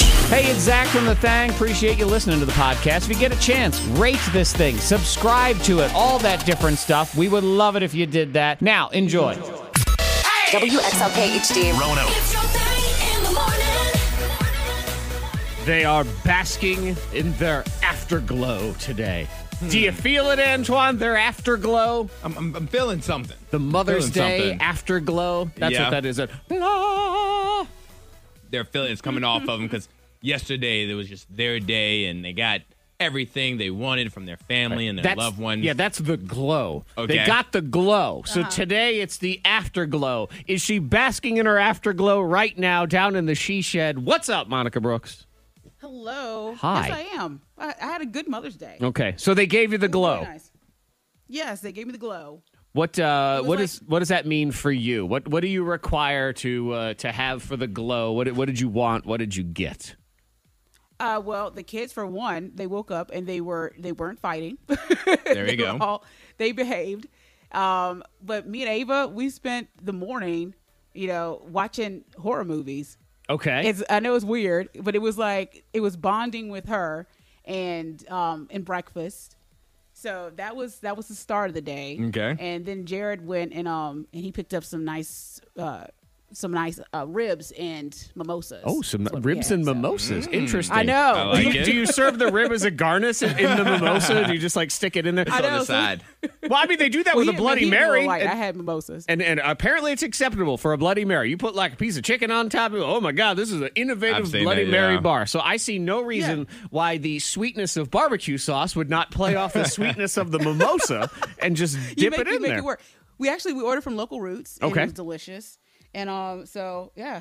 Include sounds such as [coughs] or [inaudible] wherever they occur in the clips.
Hey, it's Zach from The Thang. Appreciate you listening to the podcast. If you get a chance, rate this thing, subscribe to it, all that different stuff. We would love it if you did that. Now, enjoy. WXLK HD. Rono. It's your thing in the morning. They are basking in their afterglow today. Do you feel it, Antoine? Their afterglow? I'm, I'm, I'm feeling something. The Mother's Feeling Day something. afterglow? That's Yeah. what that is. Ah. They're feeling it's coming off of them because yesterday it was just their day and they got everything they wanted from their family and their That's, loved ones. Yeah, that's the glow. They Okay. got the glow. So Uh-huh. today it's the afterglow. Is she basking in her afterglow right now down in the she shed? What's up, Monica Brooks? Hello. Hi. Yes, I am. I, I had a good Mother's Day. Okay, so they gave you the Very glow. nice. Yes, they gave me the glow. What uh, was what like- is what does that mean for you? What what do you require to uh, to have for the glow? What did- what did you want? What did you get? Uh, well, the kids, for one, they woke up and they were they weren't fighting. there you [laughs] They go. were all- they behaved. Um, but me and Ava, we spent the morning, you know, watching horror movies. Okay, It's I know it's weird, but it was like it was bonding with her and um and breakfast. So that was that was the start of the day. Okay. And then Jared went and um and he picked up some nice uh some nice uh, ribs and mimosas. Oh, some That's what we ribs had, and so. mimosas. Interesting. I know. Mm. I like do, it. do you serve the rib as a garnish in, [laughs] in the mimosa? Do you just like stick it in there? I on know, the so- side. Well, I mean, they do that Well, with he- a Bloody he didn't Mary. really like- and, I had mimosas. and and apparently it's acceptable for a Bloody Mary. You put like a piece of chicken on top of it. Oh my God, this is an innovative I've seen Bloody that, Mary yeah. bar. So I see no reason why the sweetness of barbecue sauce would not play off [laughs] the sweetness of the mimosa and just you dip make, it you in make there. it work. We actually we ordered from local roots. And Okay. It was delicious. And um so yeah.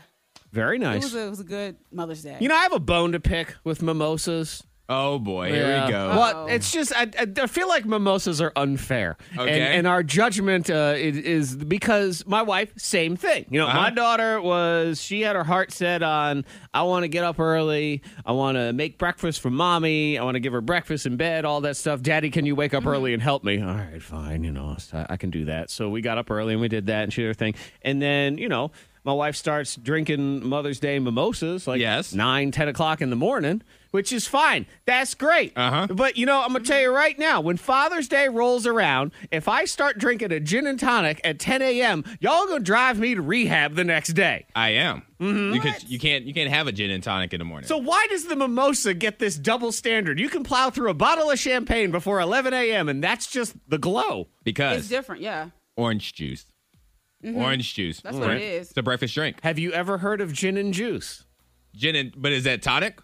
Very It nice. was a, it was a good Mother's Day. you know, I have a bone to pick with mimosas. Oh boy, here Yeah. we go. Well, it's just I, I- I feel like mimosas are unfair, Okay. and, and our judgment uh, is, is because my wife, same thing. You know, Uh-huh. my daughter was she had her heart set on I want to get up early, I want to make breakfast for mommy, I want to give her breakfast in bed, all that stuff. Daddy, can you wake up early and help me? All right, fine, you know I, I can do that. So we got up early and we did that and she did her thing, and then you know. My wife starts drinking Mother's Day mimosas like Yes. nine, ten o'clock in the morning, which is fine. That's great. Uh-huh. But you know, I'm gonna tell you right now, when Father's Day rolls around, if I start drinking a gin and tonic at 10 a.m., y'all gonna drive me to rehab the next day. I am. You, could, you can't you can't have a gin and tonic in the morning. Mm-hmm. So why does the mimosa get this double standard? You can plow through a bottle of champagne before 11 a.m. and that's just the glow. it's because different, yeah. orange juice, Mm-hmm. orange juice. That's what it is. It's a breakfast drink. Have you ever heard of gin and juice? Gin and but is that tonic?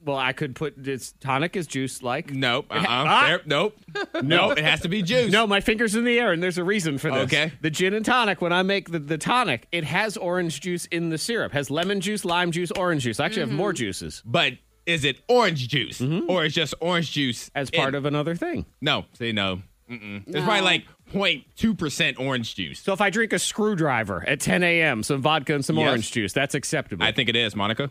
Well, I could put this tonic is juice like. Nope. Uh-uh. Ah! There- [laughs] nope. nope. It has to be juice. No, my finger's in the air, and there's a reason for this. Okay. The gin and tonic, when I make the, the tonic, it has orange juice in the syrup. Has lemon juice, lime juice, orange juice. I actually have Mm-hmm. more juices But is it orange juice or is just orange juice Mm-hmm. as in- part of another thing. No, say no. Mm-mm. It's probably like 0.2% orange juice. So if I drink a screwdriver at 10 a.m., some vodka and some Yes. orange juice, that's acceptable. I think it is, Monica.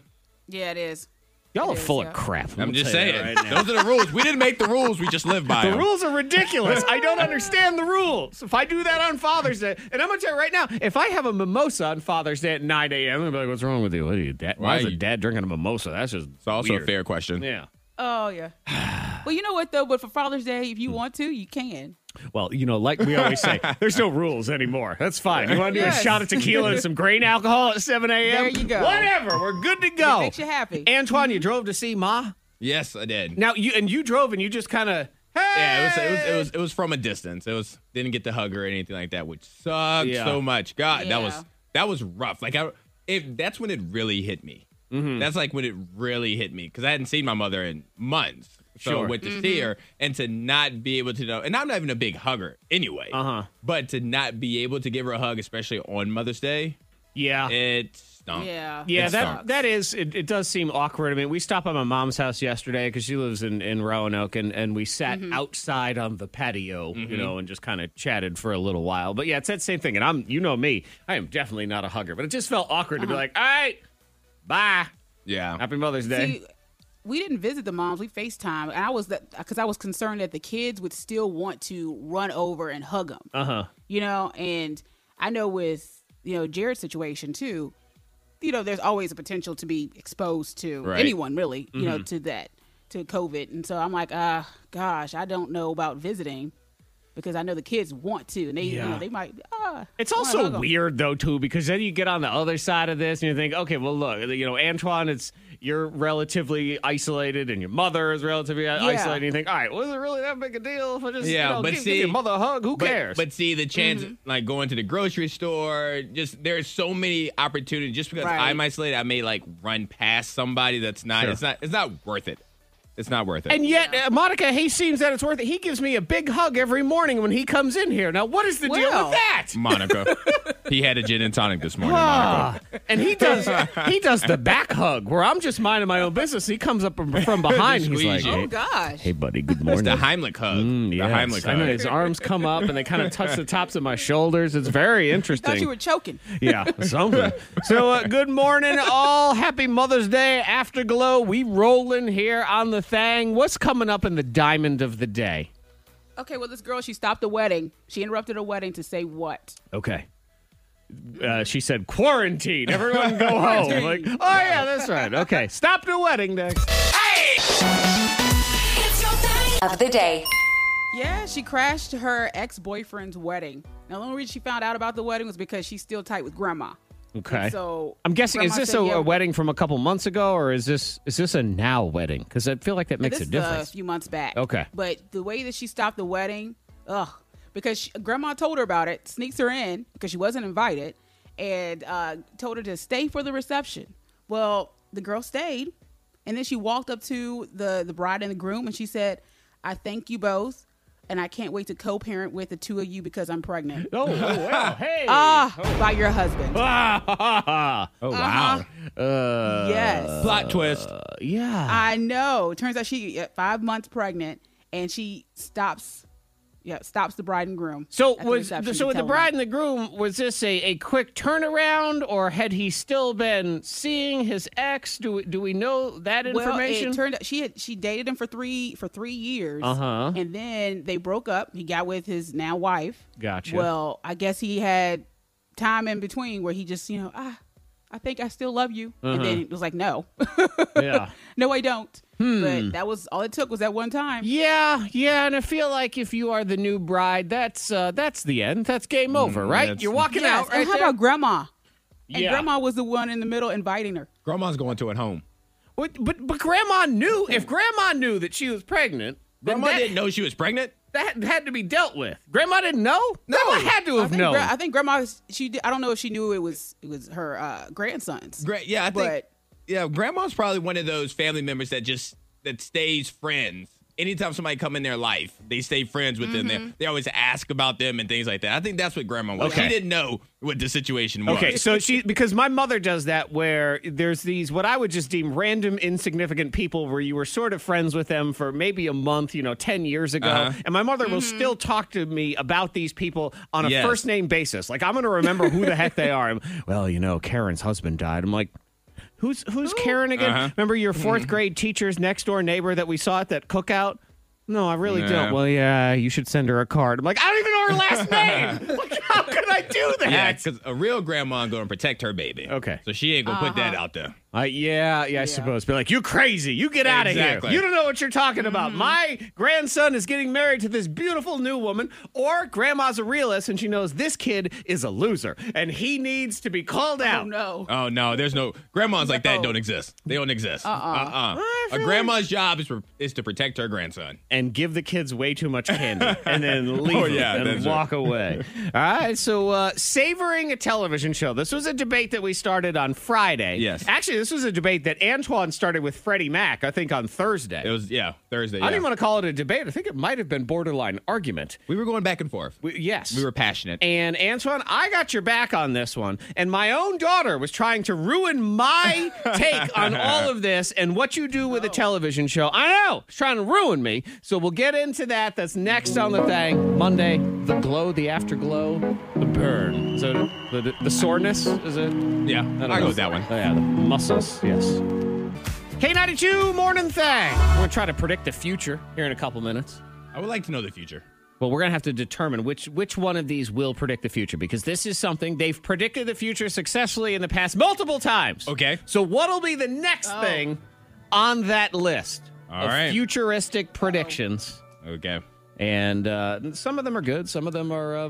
Yeah, it is. Y'all are it is, full yeah. of crap. I'm gonna just tell you saying. that right now. Those are the rules. We didn't make the rules. We just live by The them. rules are ridiculous. I don't understand the rules. If I do that on Father's Day, and I'm gonna tell you right now, if I have a mimosa on Father's Day at 9 a.m., I'm gonna be like, "What's wrong with you? What are you dad? Why Why is you- a dad drinking a mimosa? That's just It's also weird. a fair question. Yeah. [sighs] Oh yeah. well, you know what though, but for Father's Day, if you want to, you can. Well, you know, like we always say, there's no rules anymore. That's fine. You want to do a Yes. shot of tequila and some grain alcohol at 7 a.m.? There you go. Whatever. We're good to go. makes you happy. Antoine, you drove to see Ma. Yes, I did. Now you and you drove and you just kind of hey. Yeah, it was, it was it was it was from a distance. It was didn't get to hug her or anything like that, which sucked Yeah. so much. God, that Yeah. was that was rough. Like I, if that's when it really hit me. Mm-hmm. That's like when it really hit me because I hadn't seen my mother in months. So Sure. Mm-hmm. went to see her and to not be able to know, and I'm not even a big hugger anyway. Uh-huh. But to not be able to give her a hug, especially on Mother's Day, yeah. it stunk. Yeah. Yeah, It that sucks. that is. It, it does seem awkward. I mean, we stopped by my mom's house yesterday because she lives in, in Roanoke, and, and we sat outside on the patio, Mm-hmm. you know, and just kind of chatted for a little while. But yeah, it's that same thing. And I'm, you know me, I am definitely not a hugger, but it just felt awkward to be like, all right, bye, Yeah. happy Mother's Day. See, we didn't visit the moms. We Facetime, and I was that because I was concerned that the kids would still want to run over and hug Uh-huh. them. Uh huh. You know, and I know with you know Jared's situation too. you know, there's always a potential to be exposed to Right. anyone, really, you Mm-hmm. know, to that, to COVID. And so I'm like, ah, gosh, I don't know about visiting because I know the kids want to, and they, you Yeah. know, they might. Ah, It's I wanna hug also 'em." weird though too because then you get on the other side of this and you think, okay, well look, you know, Antoine, it's you're relatively isolated and your mother is relatively isolated. And you think, all right, was it really that big a deal? If I just Yeah, you know, but give, see- give your mother a hug, who But- cares? Mm-hmm. But see, the chance, like going to the grocery store, just there's so many opportunities. Just because Right. I'm isolated, I may like run past somebody that's not. It's not. It's not worth it. It's not worth it. and yet, uh, Monica, he seems that it's worth it. He gives me a big hug every morning when he comes in here. Now, what is the deal with Well. that? Monica, [laughs] he had a gin and tonic this morning. Monica. Ah, and he does he does the back hug where I'm just minding my own business. He comes up from from [laughs] behind. He's like, Squeeze you. hey, Oh gosh. hey, buddy, good morning. The Heimlich hug. the Yes. Heimlich Mm, I hug. know his arms come up and they kind of touch the tops of my shoulders. It's very Thought interesting. you were choking. yeah, something. So, uh, good morning, all. Happy Mother's Day. Afterglow. We rolling here on the thing. What's coming up in the diamond of the day? Okay, well, this girl, she stopped the wedding. She interrupted a wedding to say what? Okay. Uh, she said quarantine. Everyone go home. Like, oh yeah, that's right. Okay, stop the wedding day. It's your thing. Of the day. Yeah, she crashed her ex boyfriend's wedding. Now, the only reason she found out about the wedding was because she's still tight with grandma. Okay. So I'm guessing is grandma this said, a, yeah, a wedding from a couple months ago, or is this is this a now wedding? Because I feel like that makes this a is difference. a few months back. Okay. But the way that she stopped the wedding, ugh, because she, grandma told her about it, sneaks her in because she wasn't invited, and uh, told her to stay for the reception. Well, the girl stayed, and then she walked up to the the bride and the groom, and she said, "I thank you both." And I can't wait to co-parent with the two of you because I'm pregnant. oh, oh, [laughs] wow. hey. Ah, by your husband. [laughs] Uh, oh wow! yes. Plot twist. Uh, yeah. I know. Turns out she uh, five months pregnant, and she stops. Yeah, stops the bride and groom. So at the was reception so to with the tell them. bride and the groom was this a, a quick turnaround or had he still been seeing his ex? Do we, do we know that Well, information? [laughs] it turned out she had she dated him for three for three years, Uh-huh. and then they broke up. He got with his now wife. Gotcha. Well, I guess he had time in between where he just you know ah, I think I still love you, and Uh-huh. then it was like no, [laughs] yeah. no I don't. Hmm. But that was all it took was that one time. Yeah, yeah, and I feel like if you are the new bride, that's uh, that's the end. That's game over, right? that's- You're walking Yes, out right and how there. about grandma? And Yeah. grandma was the one in the middle inviting her. Grandma's going to it home. But, but but grandma knew if [laughs] grandma knew that she was pregnant, then Grandma that, didn't know she was pregnant. that had to be dealt with. Grandma didn't know. No, grandma had to I have think, known. gra- I think grandma. She. Did, I don't know if she knew it was it was her uh, grandsons. Gra- yeah, I think. But- yeah, grandma's probably one of those family members that just that stays friends. Anytime somebody come in their life, they stay friends with them. Mm-hmm. They, they always ask about them and things like that. I think that's what grandma was. Okay. She didn't know what the situation was. Okay, so she because my mother does that where there's these what I would just deem random insignificant people where you were sort of friends with them for maybe a month, you know, 10 years ago. Uh-huh. And my mother will still talk to me about these people on a Yes. first name basis. Like I'm going to remember who the heck they [laughs] are. I'm, well, you know, Karen's husband died. I'm like Who's who's Karen again? Uh-huh. Remember your Mm-hmm. 4th grade teacher's next door neighbor that we saw at that cookout? No, I really Yeah. don't. Well, yeah, you should send her a card. I'm like, I don't [laughs] even know her last name. [laughs] Like, how could I do that? yeah, because a real grandma going to protect her baby. Okay. so she ain't gonna put Uh-huh. that out there. Uh, yeah, yeah, I suppose. But like, you crazy. You get out of Exactly. Mm-hmm. here. You don't know what you're talking about. My grandson is getting married to this beautiful new woman, or grandma's a realist and she knows this kid is a loser and he needs to be called Oh out. no. Oh no, there's no grandmas like that No. don't exist. They don't exist. Uh uh-uh. I A feel grandma's job is for, is to protect her grandson. And give the kids way too much candy and then leave [laughs] Oh, them yeah, and that's walk [laughs] away. All right, so uh, savoring a television show. This was a debate that we started on Friday. Yes. Actually, this was a debate that Antoine started with Freddie Mac, I think, on Thursday. It was yeah Thursday. I didn't yeah. want to call it a debate. I think it might have been borderline argument. we were going back and forth. We- yes. We were passionate. And Antoine, I got your back on this one. And my own daughter was trying to ruin [laughs] my take on all of this and what you do Oh. with a television show. I know, it's trying to ruin me. So we'll get into that. That's next on the thing. Monday, the glow, the afterglow, the burn. So the, the soreness is it? yeah, I don't I'll know. go with that one. Oh, yeah, the muscles. Yes. K92 morning thing. We're going to try to predict the future here in a couple minutes. I would like to know the future. Well, we're going to have to determine which which one of these will predict the future because this is something they've predicted the future successfully in the past multiple times. Okay. So what'll be the next thing on that list All of right. futuristic predictions? Okay. And uh, some of them are good, some of them are uh,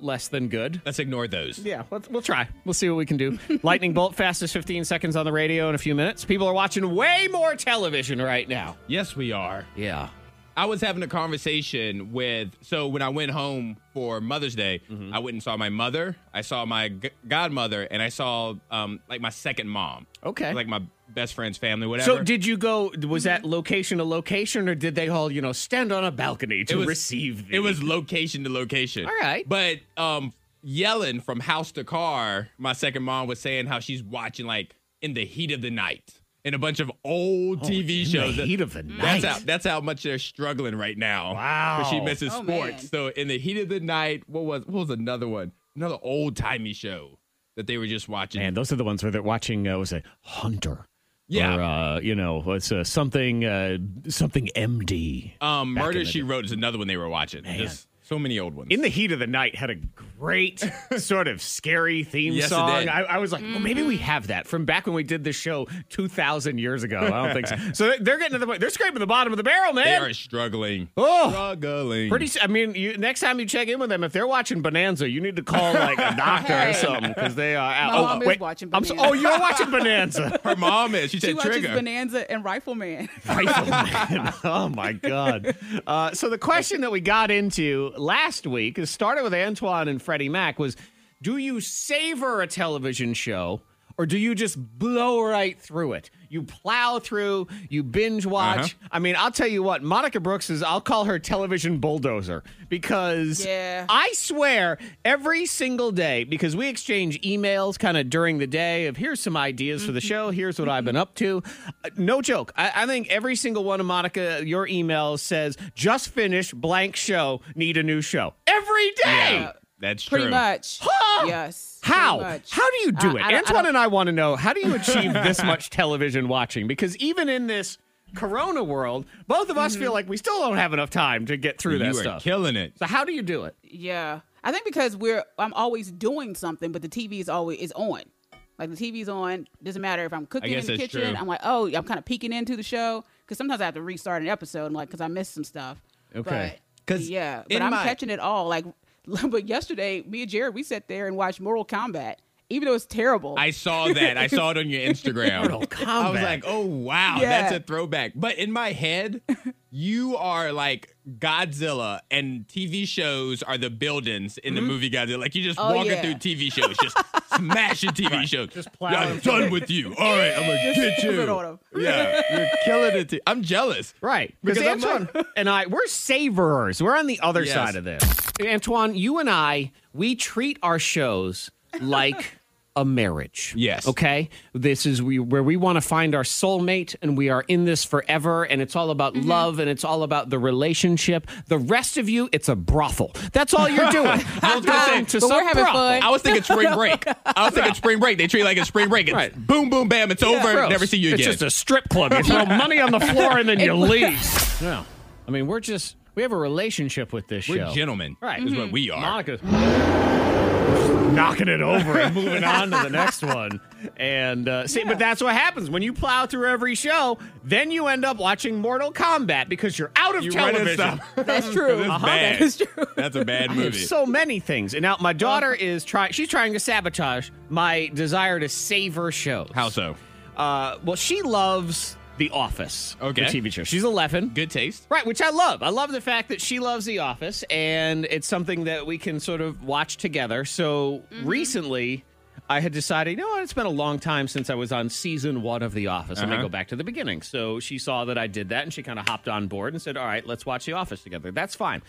less than good. Let's ignore those. Yeah, let's, we'll try. We'll see what we can do. Lightning bolt, fastest 15 seconds on the radio in a few minutes. People are watching way more television right now. Yes, we are. Yeah. I was having a conversation with. So when I went home for Mother's Day, Mm-hmm. I went and saw my mother. I saw my g- godmother, and I saw um, like my second mom. Okay. like my best friend's family, whatever. So did you go? Was that location to location, or did they all you know stand on a balcony to receive? The- It was location to location. All right. But um, yelling from house to car, my second mom was saying how she's watching like in the heat of the night and a bunch of old TV Oh, in shows. the That- heat of the That's night. how, that's how much they're struggling right now. Wow. 'Cause She misses Oh, sports. man. So in the heat of the night, what was what was another one? Another old timey show that they were just watching. Man, those are the ones where they're watching. Uh, was it Hunter? Yeah. Or, uh, you know, it's uh, something uh, something MD. um, back Murder in the She day. Wrote is another one they were watching. Just so many old ones. In the Heat of the Night had a [laughs] great sort of scary theme Yes, it song. did. I, I was like, well, maybe we have that from back when we did this show 2,000 years ago. I don't think [laughs] so. So they're- they're getting to the point. They're scraping the bottom of the barrel, man. they are struggling. Oh. struggling. Pretty. s- I mean, you, next time you check in with them, if they're watching Bonanza, you need to [laughs] call like a doctor or Hey. something because they are out. My oh, mom is wait, watching I'm so- Bonanza. oh, you're watching [laughs] Bonanza. [laughs] Her mom is. She said She watches trigger. Bonanza and [laughs] Rifleman. Rifleman. [laughs] oh my god. Uh, so the question that we got into last week, it started with Antoine and Freddie Mac, was: Do you savor a television show? Or do you just blow right through it? You plow through, you binge watch. I mean, I'll tell you what, Monica Brooks is, I'll call her television bulldozer because Yeah. I swear every single day, because we exchange emails kind of during the day of here's some ideas Mm-hmm. for the show, here's what I've been up to. Uh, no joke. I, I think every single one of Monica, your emails says, just finished blank show, need a new show. Every day. Yeah, that's Pretty true. much. [gasps] Huh? Yes. pretty How? much. How do you do I- it? I don't- I Antoine don't- and I want to know how do you achieve [laughs] this much television watching? Because even in this corona world, both of us Mm-hmm. feel like we still don't have enough time to get through You that are stuff. killing it. so how do you do it? Yeah, I think because we're I'm always doing something, but the TV is always is on. Like the TV's on. Doesn't matter if I'm cooking guess in the that's kitchen. true. I'm like, oh, I'm kind of peeking into the show because sometimes I have to restart an episode. I'm like, because I missed some stuff. Okay. But, 'Cause yeah, in but I'm my- catching it all. Like, [laughs] but yesterday, me and Jared, we sat there and watched Mortal Kombat, even though it's terrible. [laughs] I saw that. I saw it on [laughs] your Instagram. I was Kombat. like, oh wow, Yeah. that's a throwback. But in my [laughs] head, you are like Godzilla, and TV shows are the buildings in the movie Godzilla. Like you just Mm-hmm. Oh, walking yeah. through TV shows, [laughs] just smashing TV shows. Just Yeah, I'm plowing through. done with you. All right, [laughs] I'm gonna get put you. it on 'em. Yeah, you're killing it. T- I'm jealous. Right. Because Because I'm Antoine and I, we're savorers. We're on the other Yes. side of this. Antoine, you and I, we treat our shows like a marriage. Yes. Okay? This is we, where we want to find our soulmate and we are in this forever and it's all about love and it's all about the relationship. The rest of you, it's a brothel. That's all you're doing. You're going to But we're some having brothel. fun. I was thinking [laughs] spring break. I was thinking spring break. They treat it like a spring break. It's Right. boom, boom, bam. It's over. Gross. Never see you again. It's just a strip club. You [laughs] throw money on the floor and then you leave. No. I mean, we're just, we have a relationship with this We're show. gentlemen. Right. Mm-hmm. Is what we are. Monica's knocking it over and moving on to the [laughs] next one. And uh, see, but that's what happens when you plow through every show. Then you end up watching Mortal Kombat because you're out of You run and television. stop. That's true. [laughs] That's Uh-huh, That bad. is true. That's a [laughs] bad I have movie. so many things, and now my daughter is trying. She's trying to sabotage my desire to savor shows. How so? Uh, well, she loves The Office, Okay. the TV show. She's 11. Good taste. Right, which I love. I love the fact that she loves The Office, and it's something that we can sort of watch together. So recently, I had decided, you know what, it's been a long time since I was on season one of The Office. Let me Uh-huh. go back to the beginning. So she saw that I did that, and she kind of hopped on board and said, all right, let's watch The Office together. That's fine.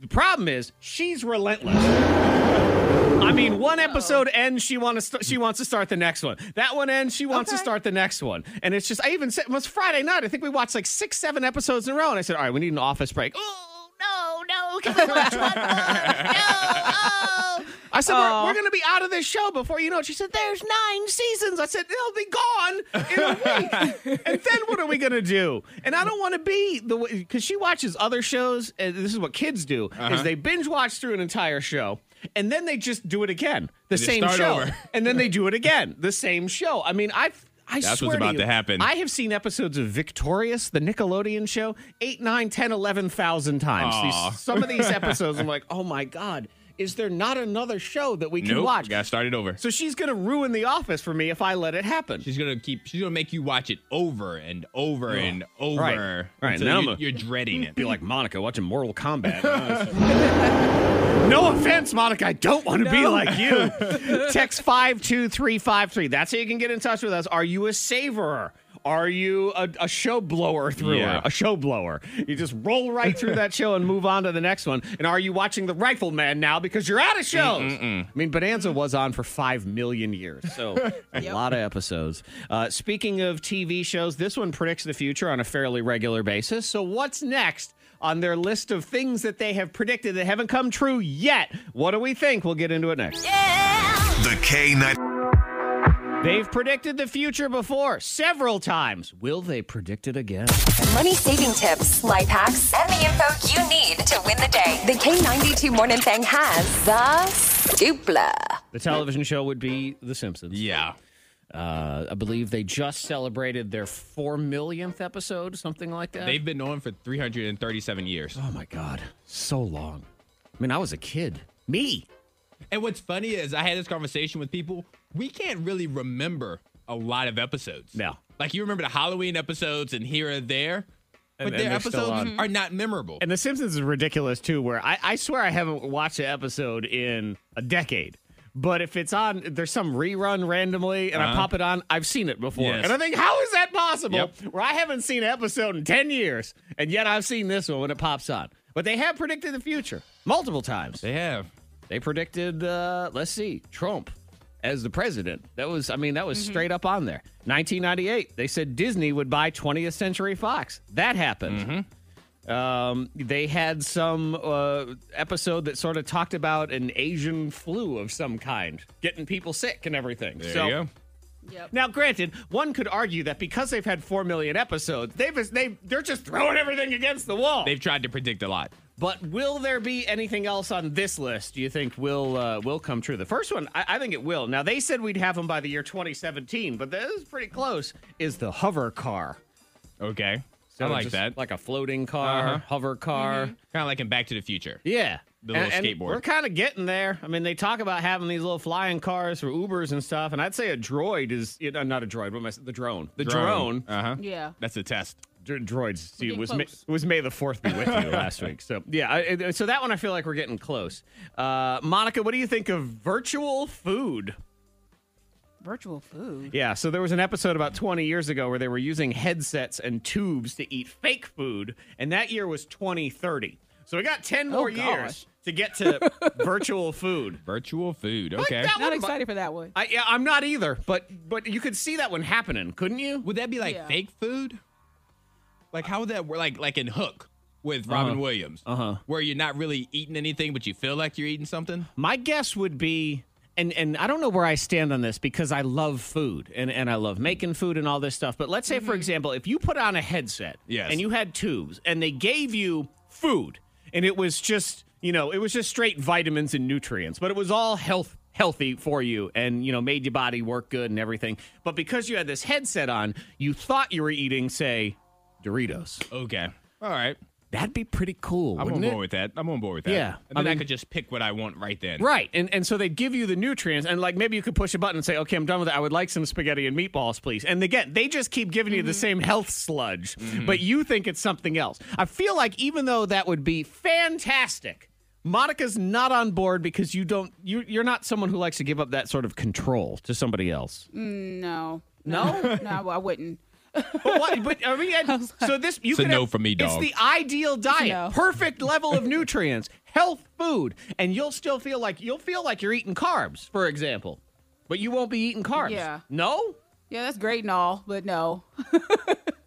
The problem is, she's relentless. I mean, one episode ends, she wants to st- she wants to start the next one. That one ends, she wants to Okay. start the next one. And it's just, I even said it was Friday night. I think we watched like six, seven episodes in a row, and I said, all right, we need an office break. Oh no, no, can we watch one more? [laughs] No, oh. I said, we're, we're going to be out of this show before [laughs] you know it. She said, there's nine seasons. I said, they'll be gone in a week. and then what are we gonna do? And I don't want to be the because she watches other shows, and this is what kids do: Uh-huh. is they binge watch through an entire show, and then they just do it again, the just same start show, over. and then they do [laughs] it again, the same show. I mean, I've. I That's swear what's about you, to happen. I have seen episodes of Victorious, the Nickelodeon show, eight, nine, ten, eleven thousand times. Aw. These, some of [laughs] these episodes, I'm like, oh my god, is there not another show that we can Nope, watch? Got started over. So she's gonna ruin The Office for me if I let it happen. She's gonna keep. She's gonna make you watch it over and over and over. Right. Right, until now you, I'm a- you're dreading [laughs] it. be like Monica watching Mortal [laughs] Kombat. no offense, Monica. I don't want to be like [laughs] you. Text 52353. That's how you can get in touch with us. Are you a saverer? Are you a, a show blower through Yeah. A show blower. You just roll right through that show and move on to the next one. And are you watching The Rifleman now because you're out of shows? I mean, Bonanza was on for five million years, so [laughs] a lot of episodes. Uh, speaking of TV shows, this one predicts the future on a fairly regular basis. So, what's next? On their list of things that they have predicted that haven't come true yet. What do we think? We'll get into it next. The K9. They've predicted the future before several times. Will they predict it again? Money saving tips, life hacks, and the info you need to win the day. The K92 Morning Thing has the dupla. The television show would be The Simpsons. Yeah. Uh, I believe they just celebrated their four millionth episode, something like that. They've been on for 337 years. Oh my God. So long. I mean, I was a kid. Me. And what's funny is I had this conversation with people. We can't really remember a lot of episodes. No. Like you remember the Halloween episodes and here or there, but and their they're still episodes on. are not memorable. And The Simpsons is ridiculous too, where I, I swear I haven't watched an episode in a decade. But if it's on, there's some rerun randomly, and I pop it on. I've seen it before, Yes. and I think, how is that possible? Yep. Where I haven't seen an episode in ten years, and yet I've seen this one when it pops on. But they have predicted the future multiple times. they have. They predicted, uh, let's see, Trump as the president. That was, I mean, that was Mm-hmm. straight up on there. 1998, they said Disney would buy 20th Century Fox. That happened. Mm-hmm. Um, they had some uh, episode that sort of talked about an Asian flu of some kind, getting people sick and everything. There so, you go. now, granted, one could argue that because they've had four million episodes, they've they they're just throwing everything against the wall. They've tried to predict a lot. But will there be anything else on this list? Do you think will uh, will come true? The first one, I, I think it will. Now they said we'd have them by the year 2017, but this is pretty close. Is the hover car? Okay. I So like just that. like a floating car, Uh-huh. hover car. kind of like in Back to the Future. Yeah. The little and, and skateboard. we're kind of getting there. I mean, they talk about having these little flying cars for Ubers and stuff, and I'd say a droid is you know, not a droid. What am I? saying? The drone. The drone. Uh huh. Yeah. [laughs] That's a test. Dr- droids see, getting was May, close. was May the Fourth be with you [laughs] last week. So yeah, I, I- so that one I feel like we're getting close. Uh, Monica, what do you think of virtual food? Virtual food. Yeah, so there was an episode about 20 years ago where they were using headsets and tubes to eat fake food, and that year was 2030. So we got 10 more gosh. years to get to [laughs] virtual food. Virtual food. Okay. that- Not excited for that one. I, yeah, I'm not either, but but you could see that one happening, couldn't you? Would that be like Yeah. fake food? Like how would that work? Like like in Hook with Robin Williams, uh-huh. where you're not really eating anything, but you feel like you're eating something. My guess would be, and and I don't know where I stand on this because I love food and and I love making food and all this stuff. But let's say, for example, if you put on a headset, Mm-hmm. Yes. and you had tubes, and they gave you food, and it was just you know it was just straight vitamins and nutrients, but it was all health healthy for you and you know made your body work good and everything but because you had this headset on you thought you were eating say doritos Okay. All right. that'd be pretty cool I'm wouldn't on it? board with that. I'm on board with that. Yeah. And then I I, mean- could just pick what I want right then. Right. And and so they give you the nutrients and like maybe you could push a button and say, "Okay, I'm done with it. I would like some spaghetti and meatballs, please." And again, they just keep giving you the same health sludge, but you think it's something else. I feel like even though that would be fantastic, Monica's not on board because you don't you you're not someone who likes to give up that sort of control to somebody else. No. No? no, I wouldn't. But what? But [laughs] I mean, and- so this you It's a could no have- for me, It's dog. the ideal diet, no. perfect [laughs] level of nutrients, health food, and you'll still feel like you'll feel like you're eating carbs, for example, but you won't be eating carbs. Yeah. No. Yeah, that's great and all, but no. [laughs]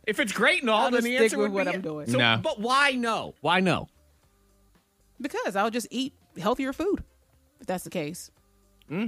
If it's great and all, I'll then just the stick answer with would what be I'm it. doing. So, No. But why no? Why no? Because I'll just eat healthier food if that's the case.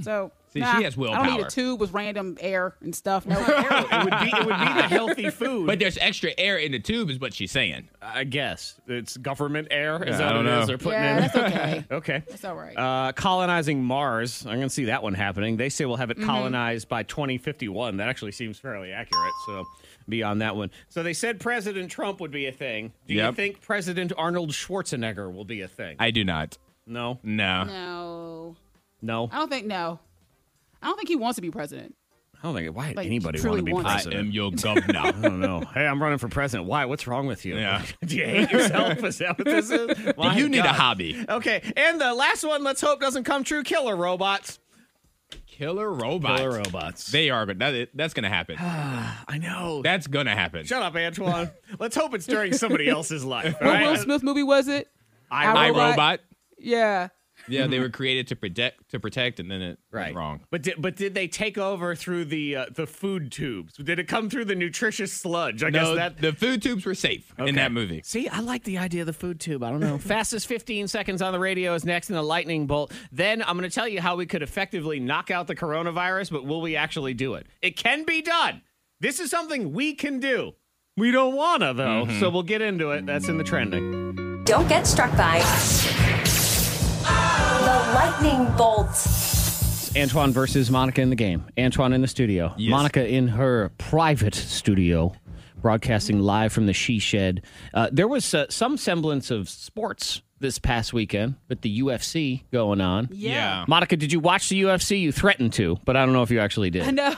So She Nah, has I don't need willpower. a tube with random air and stuff. No, it would be it would be the [laughs] healthy food. But there's extra air in the tube, is what she's saying. I guess it's government air. Is Yeah, that I what don't it is know. they're putting yeah, in? that's okay. Okay. That's all right. Uh, colonizing Mars. I'm going to see that one happening. They say we'll have it Mm-hmm. colonized by 2051. That actually seems fairly accurate. So be on that one. So they said President Trump would be a thing. Do you Yep. think President Arnold Schwarzenegger will be a thing? I do not. no. No. no, No. I don't think no. I don't think he wants to be president. I don't think why Like, anybody want truly to be wants it. I president. am [laughs] your governor. I don't know. Hey, I'm running for president. Why? What's wrong with you? Yeah. [laughs] Do you hate yourself? Is that what this [laughs] is? My you need a God. hobby. Okay. And the last one, let's hope doesn't come true. Killer robots. Killer robots. Killer robots. They are. That, that's going [sighs] to happen. I know. That's going to happen. Shut up, [laughs] Antoine. let's hope it's during somebody else's life. all What [laughs] right? Will Smith movie was it? I I, Robot. robot. Yeah, Yeah, they were created to protect to protect, and then it Mm-hmm. right. went wrong. But did, but did they take over through the uh, the food tubes? Did it come through the nutritious sludge? I guess No, that the food tubes were safe in Okay. that movie. See, I like the idea of the food tube. I don't [laughs] know. Fastest 15 seconds on the radio is next in the lightning bolt. Then I'm going to tell you how we could effectively knock out the coronavirus, but will we actually do it? It can be done. This is something we can do. We don't want to, though. Mm-hmm. So we'll get into it. That's in the trending. Don't get struck by the lightning bolt. Antoine versus Monica in the game. Antoine in the studio. Yes. Monica in her private studio, broadcasting live from the She Shed. Uh, there was uh, some semblance of sports this past weekend with the UFC going on. yeah. Monica, did you watch the UFC? You threatened to, but I don't know if you actually did. [laughs] No,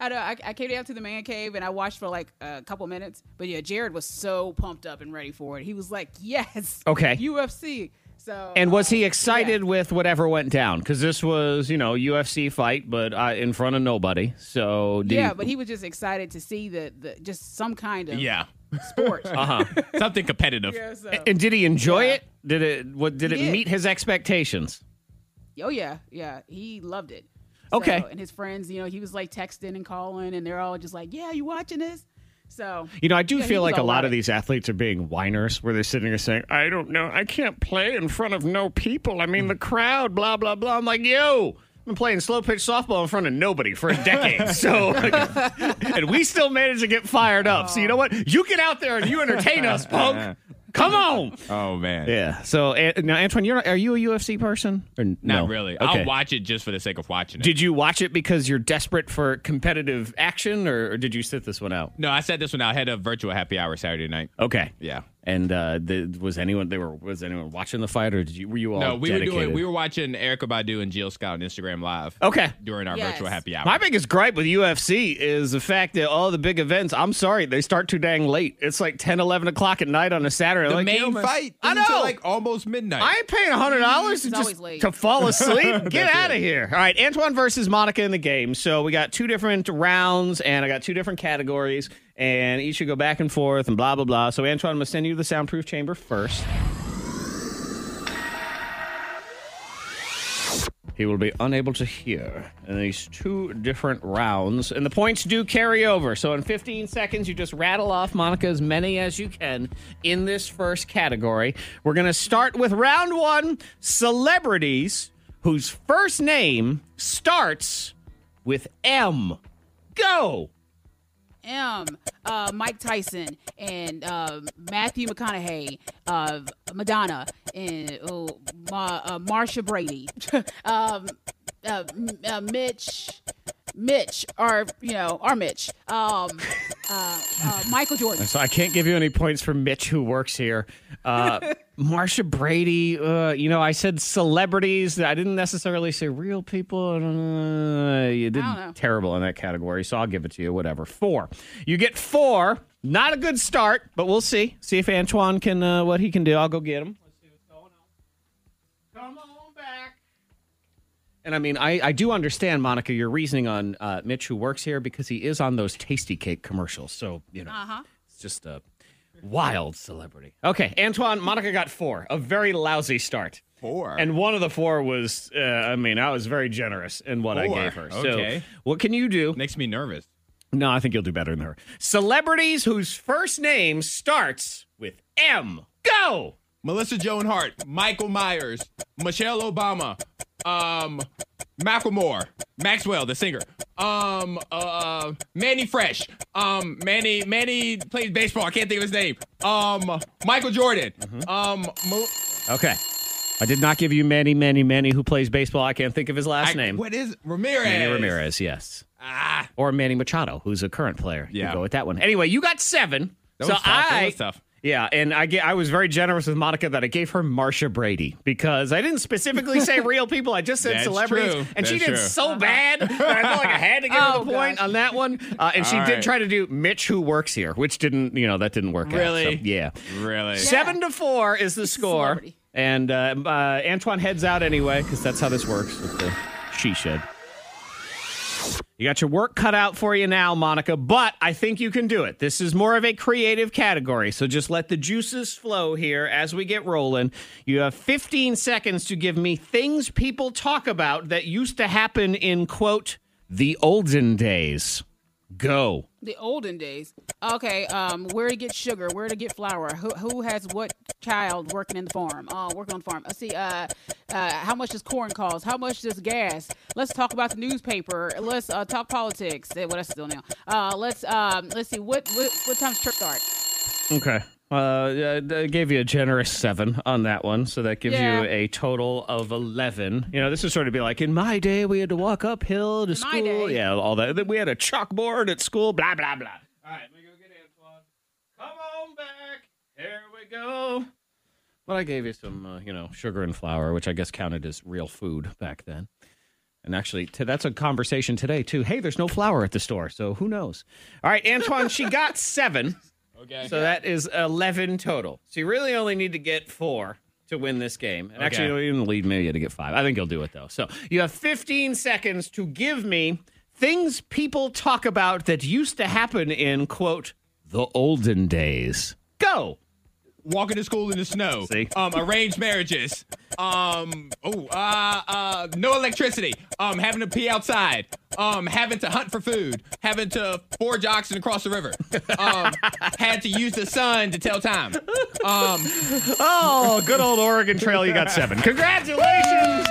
I know. I, I came down to the man cave and I watched for like a couple minutes. But yeah, Jared was so pumped up and ready for it. He was like, "Yes, Okay. UFC." So And was uh, he excited with whatever went down? Because this was, you know, UFC fight, but uh, in front of nobody. So did yeah, but he was just excited to see the, the just some kind of Yeah, sport. [laughs] something competitive. Yeah, so- and did he enjoy Uh-huh. it? Did it? What did it did. meet his expectations? Oh yeah, yeah. He loved it. Okay. So, and his friends, you know, he was like texting and calling, and they're all just like, "Yeah, you watching this?" So You know, I do Yeah, he feel was like a all lot about of it. these athletes are being whiners where they're sitting there saying, I don't know, I can't play in front of no people. I mean, the crowd, blah, blah, blah. I'm like, yo, I've been playing slow pitch softball in front of nobody for a [laughs] decade. so, and we still manage to get fired up. So, you know what? You get out there and you entertain us, punk. [laughs] Come on. Oh man, Yeah. So, An- now, Antoine, you're not, are you a UFC person? Or n- not no? really. Okay. I'll watch it just for the sake of watching it. Did you watch it because you're desperate for competitive action or, or did you sit this one out? no, I said this one. out. I had a virtual happy hour Saturday night. Okay. Yeah. And uh, the, was anyone they were was anyone watching the fight or did you were you all no, we dedicated? were doing. We were watching Erica Badu and Jill Scott on Instagram Live. okay. During our Yes. virtual happy hour. My biggest gripe with UFC is the fact that all the big events, I'm sorry, they start too dang late. It's like 10, 11 o'clock at night on a Saturday. the Like, yo, main man, fight. I isn't till, know. like almost midnight. I ain't paying hundred dollars to It's just always late. to fall [laughs] asleep. Get out of here! All right, Antoine versus Monica in the game. So we got two different rounds, and I got two different categories, and each should go back and forth, and blah blah blah. So Antoine, I'm gonna send you to the soundproof chamber first. He will be unable to hear in these two different rounds, and the points do carry over. So in 15 seconds, you just rattle off Monica as many as you can in this first category. We're going to start with round one: celebrities whose first name starts with M. Go. M, uh, Mike Tyson, and um Matthew McConaughey, uh, Madonna, and oh, Ma- uh, Marsha Brady, [laughs] um, uh, M- uh, Mitch, Mitch, or you know, or Mitch, um, uh, uh, Michael Jordan. So I can't give you any points for Mitch, who works here. [laughs] Uh, Marsha Brady, uh, you know, I said celebrities. I didn't necessarily say real people. Uh, you did I don't know. terrible in that category, so I'll give it to you. Whatever. Four. You get four. Not a good start, but we'll see. See if Antoine can, uh, what he can do. I'll go get him. Let's see what's going on. Come on back. And I mean, I, I do understand, Monica, your reasoning on uh, Mitch, who works here, because he is on those Tasty Cake commercials. So, you know. Uh-huh. It's just a wild celebrity. Okay, Antoine, Monica got four. A very lousy start. Four. And one of the four was, uh, I mean, I was very generous in what I Four. gave her. Okay. So, what can you do? makes me nervous. No, I think you'll do better than her. Celebrities whose first name starts with M. Go! [laughs] Melissa Joan Hart, Michael Myers, Michelle Obama, um, Macklemore, Maxwell, the singer. Um, uh, Manny Fresh. Um, Manny, Manny plays baseball. I can't think of his name. Um, Michael Jordan. Mm-hmm. Um, Mo- Okay. I did not give you Manny, Manny, Manny, who plays baseball. I can't think of his last I- name. What is Ramirez? Manny Ramirez, yes. Ah, Or Manny Machado, who's a current player. You Yeah. go with that one. Anyway, you got seven. That so was tough. I That was tough. Yeah, and I ge- I was very generous with Monica that I gave her Marsha Brady because I didn't specifically say real people. I just said That's celebrities, true. and she That's did true. so bad that I felt like I had to give her Uh-huh. [laughs] Oh, the point gosh. on that one. Uh, and she All did right. try to do Mitch, who works here, which didn't you know that didn't work out. Really? So, yeah, really? seven to four is the score, celebrity. and uh, uh, Antoine heads out anyway because that's how this works. With the she shed. You got your work cut out for you now, Monica, but I think you can do it. This is more of a creative category, so just let the juices flow here as we get rolling. You have 15 seconds to give me things people talk about that used to happen in, quote, the olden days. Go. The olden days. Okay, um, where to get sugar, where to get flour, who who has what child working in the farm, uh, working on the farm. Let's see, uh, uh, how much does corn cost? How much does gas? Let's talk about the newspaper. Let's uh, talk politics. Eh, Well, that's still now. Uh, let's um, let's see what what, what time's church start? Okay. Uh, Uh, I gave you a generous seven on that one, so that gives Yeah. you a total of eleven. You know, this would sort of be like in my day we had to walk uphill to my school. day. Yeah, all that. Then we had a chalkboard at school. Blah blah blah. All right, let me go get Antoine. Come on back. Here we go. But I gave you some, uh, you know, sugar and flour, which I guess counted as real food back then. And actually, t- that's a conversation today too. Hey, there's no flour at the store, so who knows? All right, Antoine, she got seven. Okay. So that is 11 total. So you really only need to get four to win this game. And actually, you'll even lead maybe to get five. I think you'll do it, though. So you have 15 seconds to give me things people talk about that used to happen in, quote, the olden days. Go. walking to school in the snow. See? Um, arranged marriages. Um, oh, uh, uh, no electricity. Um, having to pee outside. Um, having to hunt for food. Having to forge oxen across the river. [laughs] Um, had to use the sun to tell time. Um, Oh, good old Oregon Trail. You got seven. Congratulations.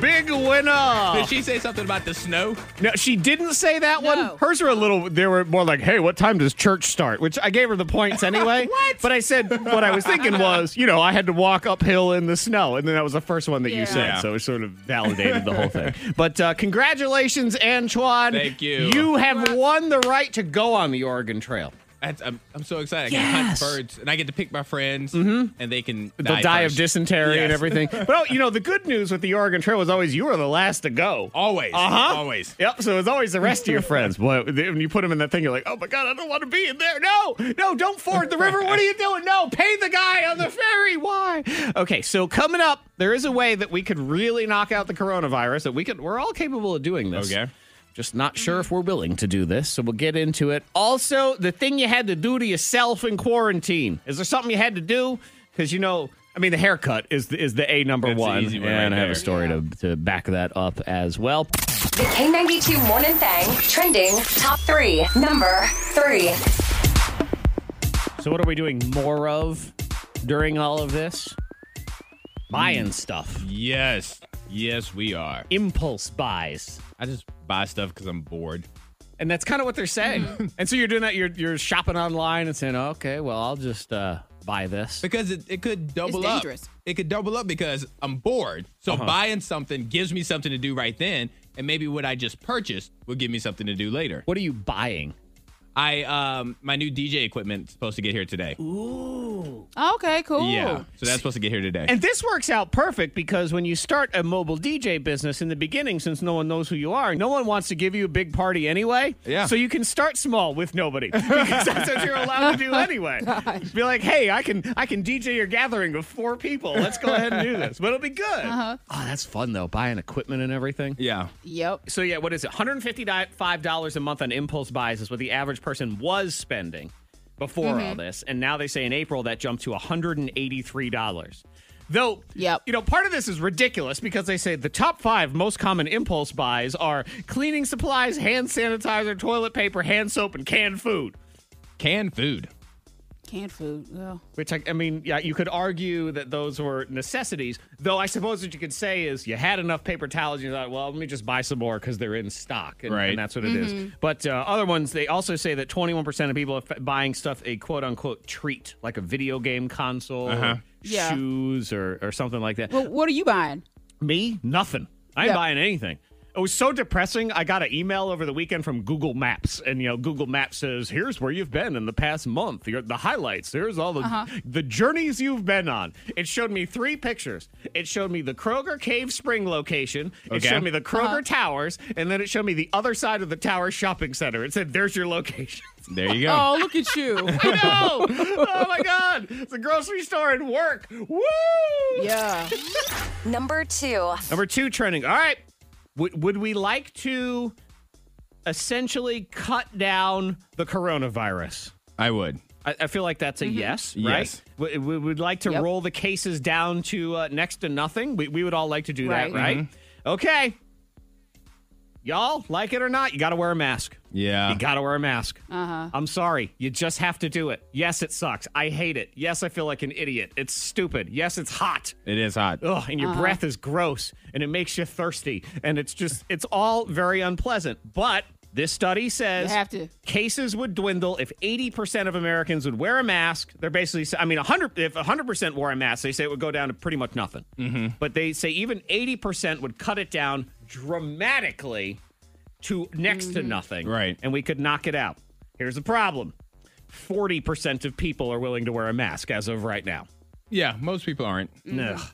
Big winner. did she say something about the snow? No, she didn't say that No. one. Hers were a little. They were more like, "Hey, what time does church start?" Which I gave her the [laughs] points anyway. What? But I said what I was [laughs] thinking was, you know, I had to walk uphill in the snow, and then that was the first one that you Yeah. said, Yeah. so it sort of validated [laughs] the whole thing. But uh, congratulations, Antoine. Thank you. You have won the right to go on the Oregon Trail. That's, I'm, I'm so excited. I Yes. Mm-hmm. can hunt birds, and I get to pick my friends, and they can They'll die of first. dysentery and Yes. everything. But oh, you know, the good news with the Oregon Trail was always you were the last to go. Always, Uh huh. always. Yep. So it's always the rest of your [laughs] friends. But when you put them in that thing, you're like, oh my god, I don't want to be in there. No, no, don't ford the river. What are you doing? No, pay the guy on the ferry. Why? Okay. So coming up, there is a way that we could really knock out the coronavirus. That we could. We're all capable of doing this. Okay. Just not sure if we're willing to do this, so we'll get into it. Also, the thing you had to do to yourself in quarantine. Is there something you had to do? Because you know, I mean, the haircut is the, is the a number That's the one, easy one and right I have a there. story to, to back that up as well. The K92 Morning Thang trending top three. Number three. So, what are we doing more of during all of this? Buying stuff, Yes, yes, we are. impulse buys. I just buy stuff because I'm bored. And that's kind of what they're saying. and so you're doing that, you're, you're shopping online and saying, okay, well, I'll just uh, buy this. because it, it could double dangerous. up. It could double up because I'm bored. So Uh-huh. buying something gives me something to do right then, and maybe what I just purchased will give me something to do later. What are you buying? I um my new DJ equipment is supposed to get here today. Okay, cool. Yeah, so that's supposed to get here today. And this works out perfect because when you start a mobile DJ business in the beginning, since no one knows who you are, no one wants to give you a big party anyway. Yeah. So you can start small with nobody [laughs] because that's what you're allowed to [laughs] do anyway. Be like, hey, I can I can DJ your gathering of four people. Let's go ahead and do this, but it'll be good. Uh-huh. Oh, that's fun though, buying equipment and everything. yeah, Yep. So yeah, what is it? $155 a month on impulse buys is what the average person was spending before all this. And now they say in April that jumped to $183. Though, Yep. you know, part of this is ridiculous because they say the top five most common impulse buys are cleaning supplies, hand sanitizer, toilet paper, hand soap, and canned food. canned food. Canned food. Well, Which I, I mean, yeah, you could argue that those were necessities. Though I suppose what you could say is you had enough paper towels, and you thought, well, let me just buy some more because they're in stock, and, Right. and that's what it is. Mm-hmm. But uh, other ones, they also say that 21 percent of people are f- buying stuff a quote unquote treat, like a video game console, or Yeah. shoes, or or something like that. well, what are you buying? Me, nothing. I ain't Yeah. buying anything. It was so depressing. I got an email over the weekend from Google Maps, and you know, Google Maps says, "Here's where you've been in the past month. Here- the highlights. Here's all the the journeys you've been on." It showed me three pictures. It showed me the Kroger Cave Spring location. It Okay. showed me the Kroger Towers, and then it showed me the other side of the Tower Shopping Center. It said, "There's your location." [laughs] There you go. Oh, look at you. no! oh my God! It's a grocery store and work. Woo! yeah. Number two. Number two trending. All right. Would, would we like to essentially cut down the coronavirus? I would. I, I feel like that's a yes, right? Yes. We, we would like to Yep. roll the cases down to uh, next to nothing. We, we would all like to do Right. that, right? Okay. Y'all, like it or not, you got to wear a mask. Yeah. You got to wear a mask. Uh-huh. I'm sorry. You just have to do it. Yes, it sucks. I hate it. Yes, I feel like an idiot. It's stupid. Yes, it's hot. It is hot. Ugh, and Uh-huh. your breath is gross and it makes you thirsty. And it's just, it's all very unpleasant. But this study says You have to. cases would dwindle if 80% of Americans would wear a mask. They're basically, I mean, 100, if 100% wore a mask, they say it would go down to pretty much nothing. But they say even 80% would cut it down dramatically to next Mm-hmm. to nothing. Right. And we could knock it out. Here's the problem 40% of people are willing to wear a mask as of right now. Yeah, most people aren't. Mm-hmm. Ugh.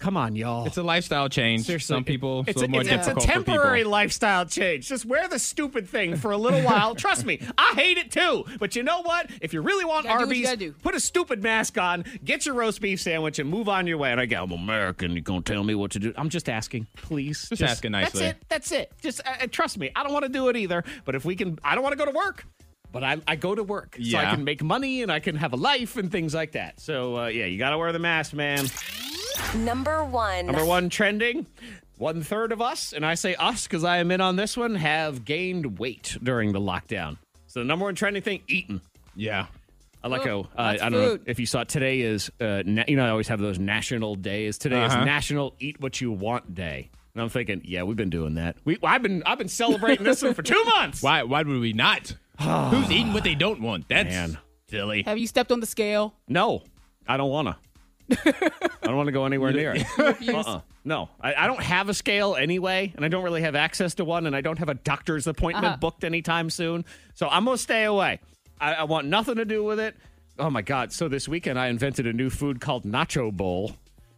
Come on, y'all. It's a lifestyle change. Seriously, Some people, it's, so a, more it's, it's a difficult for people. temporary lifestyle change. Just wear the stupid thing for a little [laughs] while. Trust me, I hate it too. But you know what? If you really want Gotta do what Arby's, you gotta do. put a stupid mask on, get your roast beef sandwich, and move on your way. And I go, I'm American. You're gonna tell me what to do? I'm just asking, please. Just, asking nicely. That's it. That's it. Just uh, uh, trust me. I don't want to do it either. But if we can, I don't want to go to work. But I, I go to work so I Yeah. can make money and I can have a life and things like that. So uh, yeah, you gotta wear the mask, man. Number one. Number one trending. One third of us, and I say us because I am in on this one, have gained weight during the lockdown. So the number one trending thing, eating. Yeah. I like Ooh, how uh, Oh, that's I don't know food. if you saw it, today is uh, na- you know I always have those national days. Today Uh-huh. is National Eat What You Want Day, and I'm thinking, yeah, we've been doing that. We I've been I've been celebrating this one for two months. Why? Why would [sighs] we not? Who's eating what they don't want? That's Man. silly. Have you stepped on the scale? No, I don't wanna. I don't want to go anywhere near it. Uh-uh. No, I, I don't have a scale anyway, and I don't really have access to one, and I don't have a doctor's appointment booked anytime soon. So I'm going to stay away. I, I want nothing to do with it. Oh my God. So this weekend, I invented a new food called Nacho Bowl.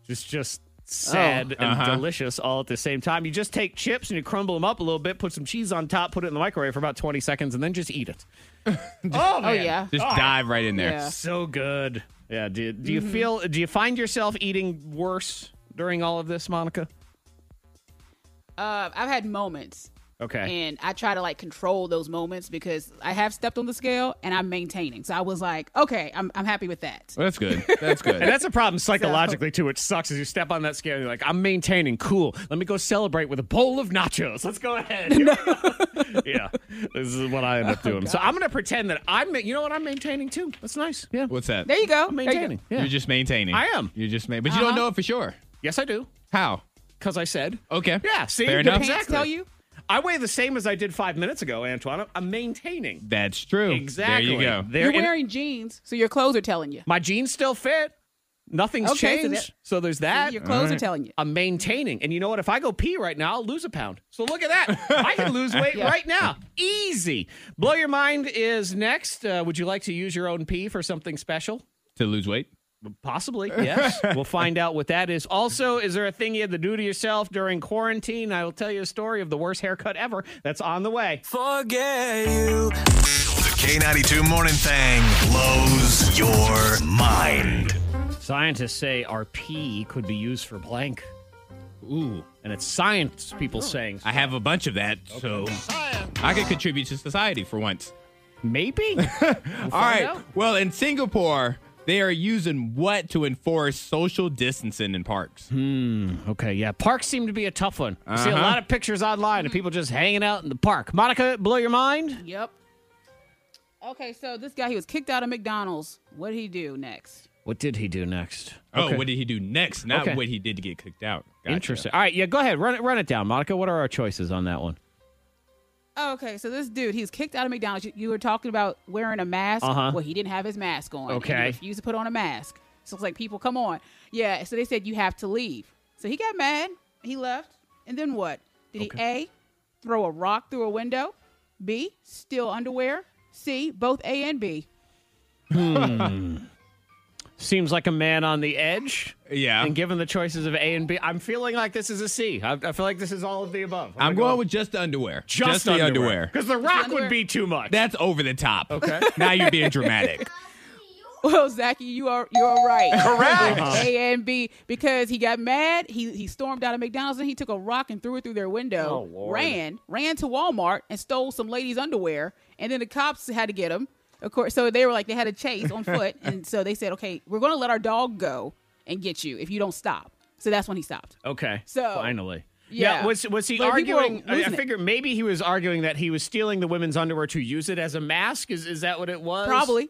It's just sad and delicious all at the same time. You just take chips and you crumble them up a little bit, put some cheese on top, put it in the microwave for about 20 seconds, and then just eat it. oh, man. yeah. Just dive right in there. Yeah. So good. Yeah. Do, do you feel? Do you find yourself eating worse during all of this, Monica? Uh, I've had moments, Okay. and I try to like control those moments because I have stepped on the scale and I'm maintaining. So I was like, okay, I'm, I'm happy with that. Well, [laughs] that's good. That's good. And that's a problem psychologically too. It sucks as you step on that scale. And you're like, I'm maintaining. Cool. Let me go celebrate with a bowl of nachos. Let's go ahead. [laughs] yeah. This is what I end up doing. so I'm gonna pretend that I'm. You know what? I'm maintaining too. That's nice. Yeah. What's that? There you go. I'm There you go. maintaining. Yeah. You're just maintaining. I am. Uh-huh. You're just maintaining. But you don't know it for sure. yes, I do. How? Because I said. Okay. Yeah. See. Fair The enough. pants Pants tell you? I weigh the same as I did five minutes ago, Antoine. I'm maintaining. That's true. Exactly. There you go. There- You're and- wearing jeans, so your clothes are telling you. My jeans still fit. Nothing's Okay, so changed. that- so there's that. Your clothes are telling you. I'm maintaining. And you know what? If I go pee right now, I'll lose a pound. So look at that. I can lose weight right now. Easy. Blow Your Mind is next. Uh, would you like to use your own pee for something special? to lose weight. Possibly, yes. we'll find out what that is. Also, is there a thing you had to do to yourself during quarantine? I will tell you a story of the worst haircut ever that's on the way. The K92 Morning Thing blows your mind. Scientists say our pee could be used for blank. Ooh. And it's science people saying. I have a bunch of that, so I could contribute to society for once. Maybe? All right. out. Well, in Singapore, they are using what to enforce social distancing in parks? Hmm. Okay, yeah. Parks seem to be a tough one. I Uh-huh. see a lot of pictures online of people just hanging out in the park. Monica, blow your mind? Yep. Okay, so this guy he was kicked out of McDonald's. What did he do next? What did he do next? Oh, Okay. what did he do next? Not Okay. what he did to get kicked out. Gotcha. Interesting. All right, yeah, go ahead. Run it run it down, Monica. What are our choices on that one? Oh, Okay, so this dude he was kicked out of McDonald's. You, you were talking about wearing a mask. Uh-huh. Well, he didn't have his mask on. Okay. he refused to put on a mask. So it's like people, come on, yeah. So they said you have to leave. So he got mad. He left, and then what? Did he a throw a rock through a window? B steal underwear? C both A and B. Seems like a man on the edge. Yeah. And given the choices of A and B, I'm feeling like this is a C. I, I feel like this is all of the above. I'm going with just the underwear. the underwear. Because the rock would underwear. be too much. That's over the top. Okay. now you're being [laughs] dramatic. [laughs] Well, Zachy, you are you are right. Correct. [laughs] A and B because he got mad. He he stormed out of McDonald's and he took a rock and threw it through their window. Oh, Lord. Ran ran to Walmart and stole some ladies' underwear. And then the cops had to get him. Of course, so they were like they had a chase on foot, and so they said, "Okay, we're going to let our dog go and get you if you don't stop." So that's when he stopped. Okay. So- finally. Yeah. was was he But people are arguing? I, I losing it. figure maybe he was arguing that he was stealing the women's underwear to use it as a mask. Is is that what it was? Probably,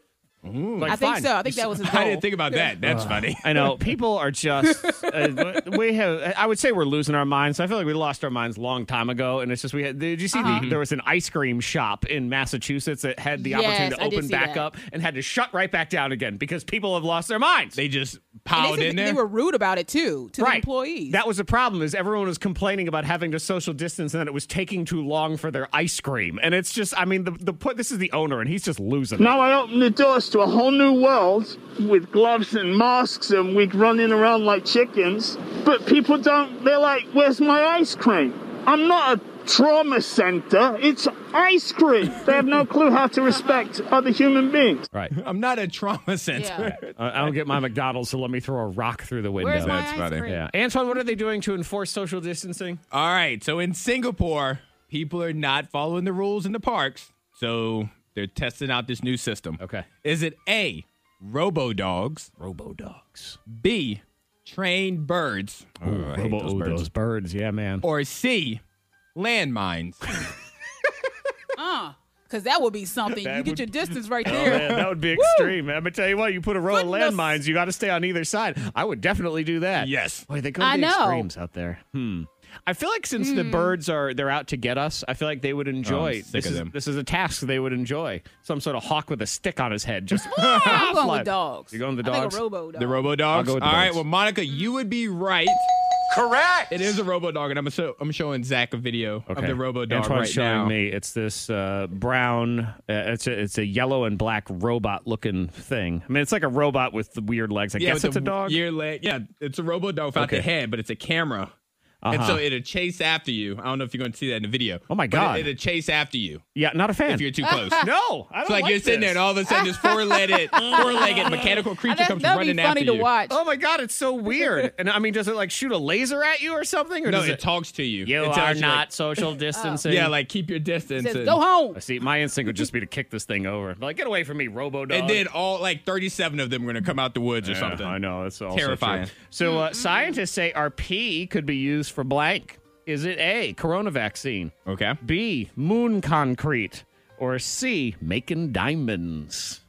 Like, I think fine. so. I think that was his goal. [laughs] I didn't think about that. That's funny. [laughs] I [laughs] know people are just. Uh, we have. I would say we're losing our minds. I feel like we lost our minds a long time ago, and it's just we had. Did you see the, there was an ice cream shop in Massachusetts that had the Uh-huh. Yes, opportunity to I did open see back that. up and had to shut right back down again because people have lost their minds. They just And piled they, said in that there. they were rude about it too to the right. employees. That was the problem is everyone was complaining about having to social distance and that it was taking too long for their ice cream. And it's just, I mean, the the put. This is the owner, and he's just losing. it. Now I open the doors to a whole new world with gloves and masks and we running around like chickens. But people don't, they're like, where's my ice cream? I'm not a trauma center, it's ice cream. They have no clue how to respect other human beings. Right. [laughs] I'm not a trauma center. yeah. I I don't get my McDonald's, so let me throw a rock through the window. Where's my That's ice funny. cream? yeah, Antoine, what are they doing to enforce social distancing? All right. So in Singapore, people are not following the rules in the parks. So they're testing out this new system. Okay. Is it A, robo dogs, Robo dogs. B, trained birds, Oh, I hate Robo those oh, birds. those birds. Oh, Yeah, man. or C, landmines? Because that would be something. you get would- your distance right there. that [laughs] would be extreme. I'm gonna tell you what. You put a row Goodness. of landmines, you got to stay on either side. I would definitely do that. Yes. Boy, they go I to the know. Hmm. extremes out there. Hmm. I feel like since the birds are they're out to get us, I feel like they would enjoy. sick this of is them. this is a task they would enjoy. Some sort of hawk with a stick on his head. Just [laughs] [laughs] I'm going fly. with dogs. You're going with the I think dogs? a robo dog. The robo dogs. go All with right. the dogs. Well, Monica, you would be right. Correct. It is a robo dog, and I'm so, I'm showing Zach a video of the robo dog Antoine's right showing now. me. It's this uh, brown. Uh, it's a it's a yellow and black robot looking thing. I mean, it's like a robot with the weird legs. I guess with it's a the dog. Ear leg. Yeah, it's a robo dog without the Okay. Uh-huh. head, but it's a camera. And so it'll chase after you. I don't know if you're going to see that in the video. Oh, my But God. It, will chase after you yeah, not a fan. if you're [laughs] too close. no, I don't It's like, you're sitting there, this. and all of a sudden, this [laughs] four-legged, four-legged mechanical creature That, comes would be running funny after to you. watch. Oh my god, it's so weird. And I mean, does it like shoot a laser at you or something? Or No, does it talks to you. You It tells are like- [laughs] not social distancing. yeah, like keep your distance. It says, and, go home. I see. My instinct would just be to kick this thing over. Like, get away from me, Robo Dog. and then all like 37 of them are going to come out the woods or Yeah, something. I know it's also Terrifying. true. So uh, scientists say our P could be used for blank. Is it A, corona vaccine? Okay. B, moon concrete? Or C, making diamonds?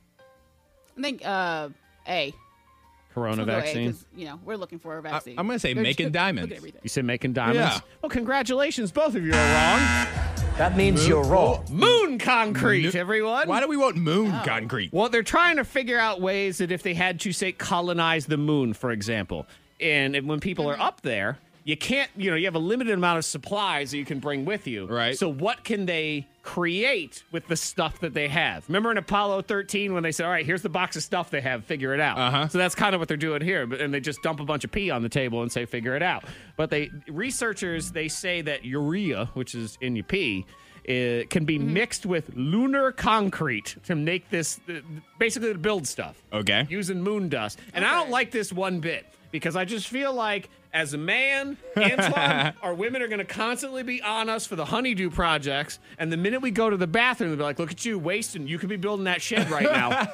I think uh, A. Corona We'll go A, vaccine. 'cause, you know, we're looking for a I, vaccine. am going to say They're just- making look at diamonds. everything. You said making diamonds? Yeah. Well, congratulations, both of you are wrong. That means you're wrong. Moon concrete, everyone. Why do we want moon concrete? Well, they're trying to figure out ways that if they had to say colonize the moon, for example, and if- when people are up there, you can't, you know, you have a limited amount of supplies that you can bring with you. Right. So what can they create with the stuff that they have? Remember in Apollo 13 when they said, "All right, here's the box of stuff they have, figure it out." Uh-huh. So that's kind of what they're doing here, but and they just dump a bunch of pee on the table and say, "Figure it out." But they researchers they say that urea, which is in your pee, uh, can be mixed with lunar concrete to make this uh, basically to build stuff. Okay. using moon dust, and I don't like this one bit because I just feel like. As a man, [laughs] Antoine, our women are going to constantly be on us for the honeydew projects. And the minute we go to the bathroom, they'll be like, look at you wasting. You could be building that shed right [laughs] now.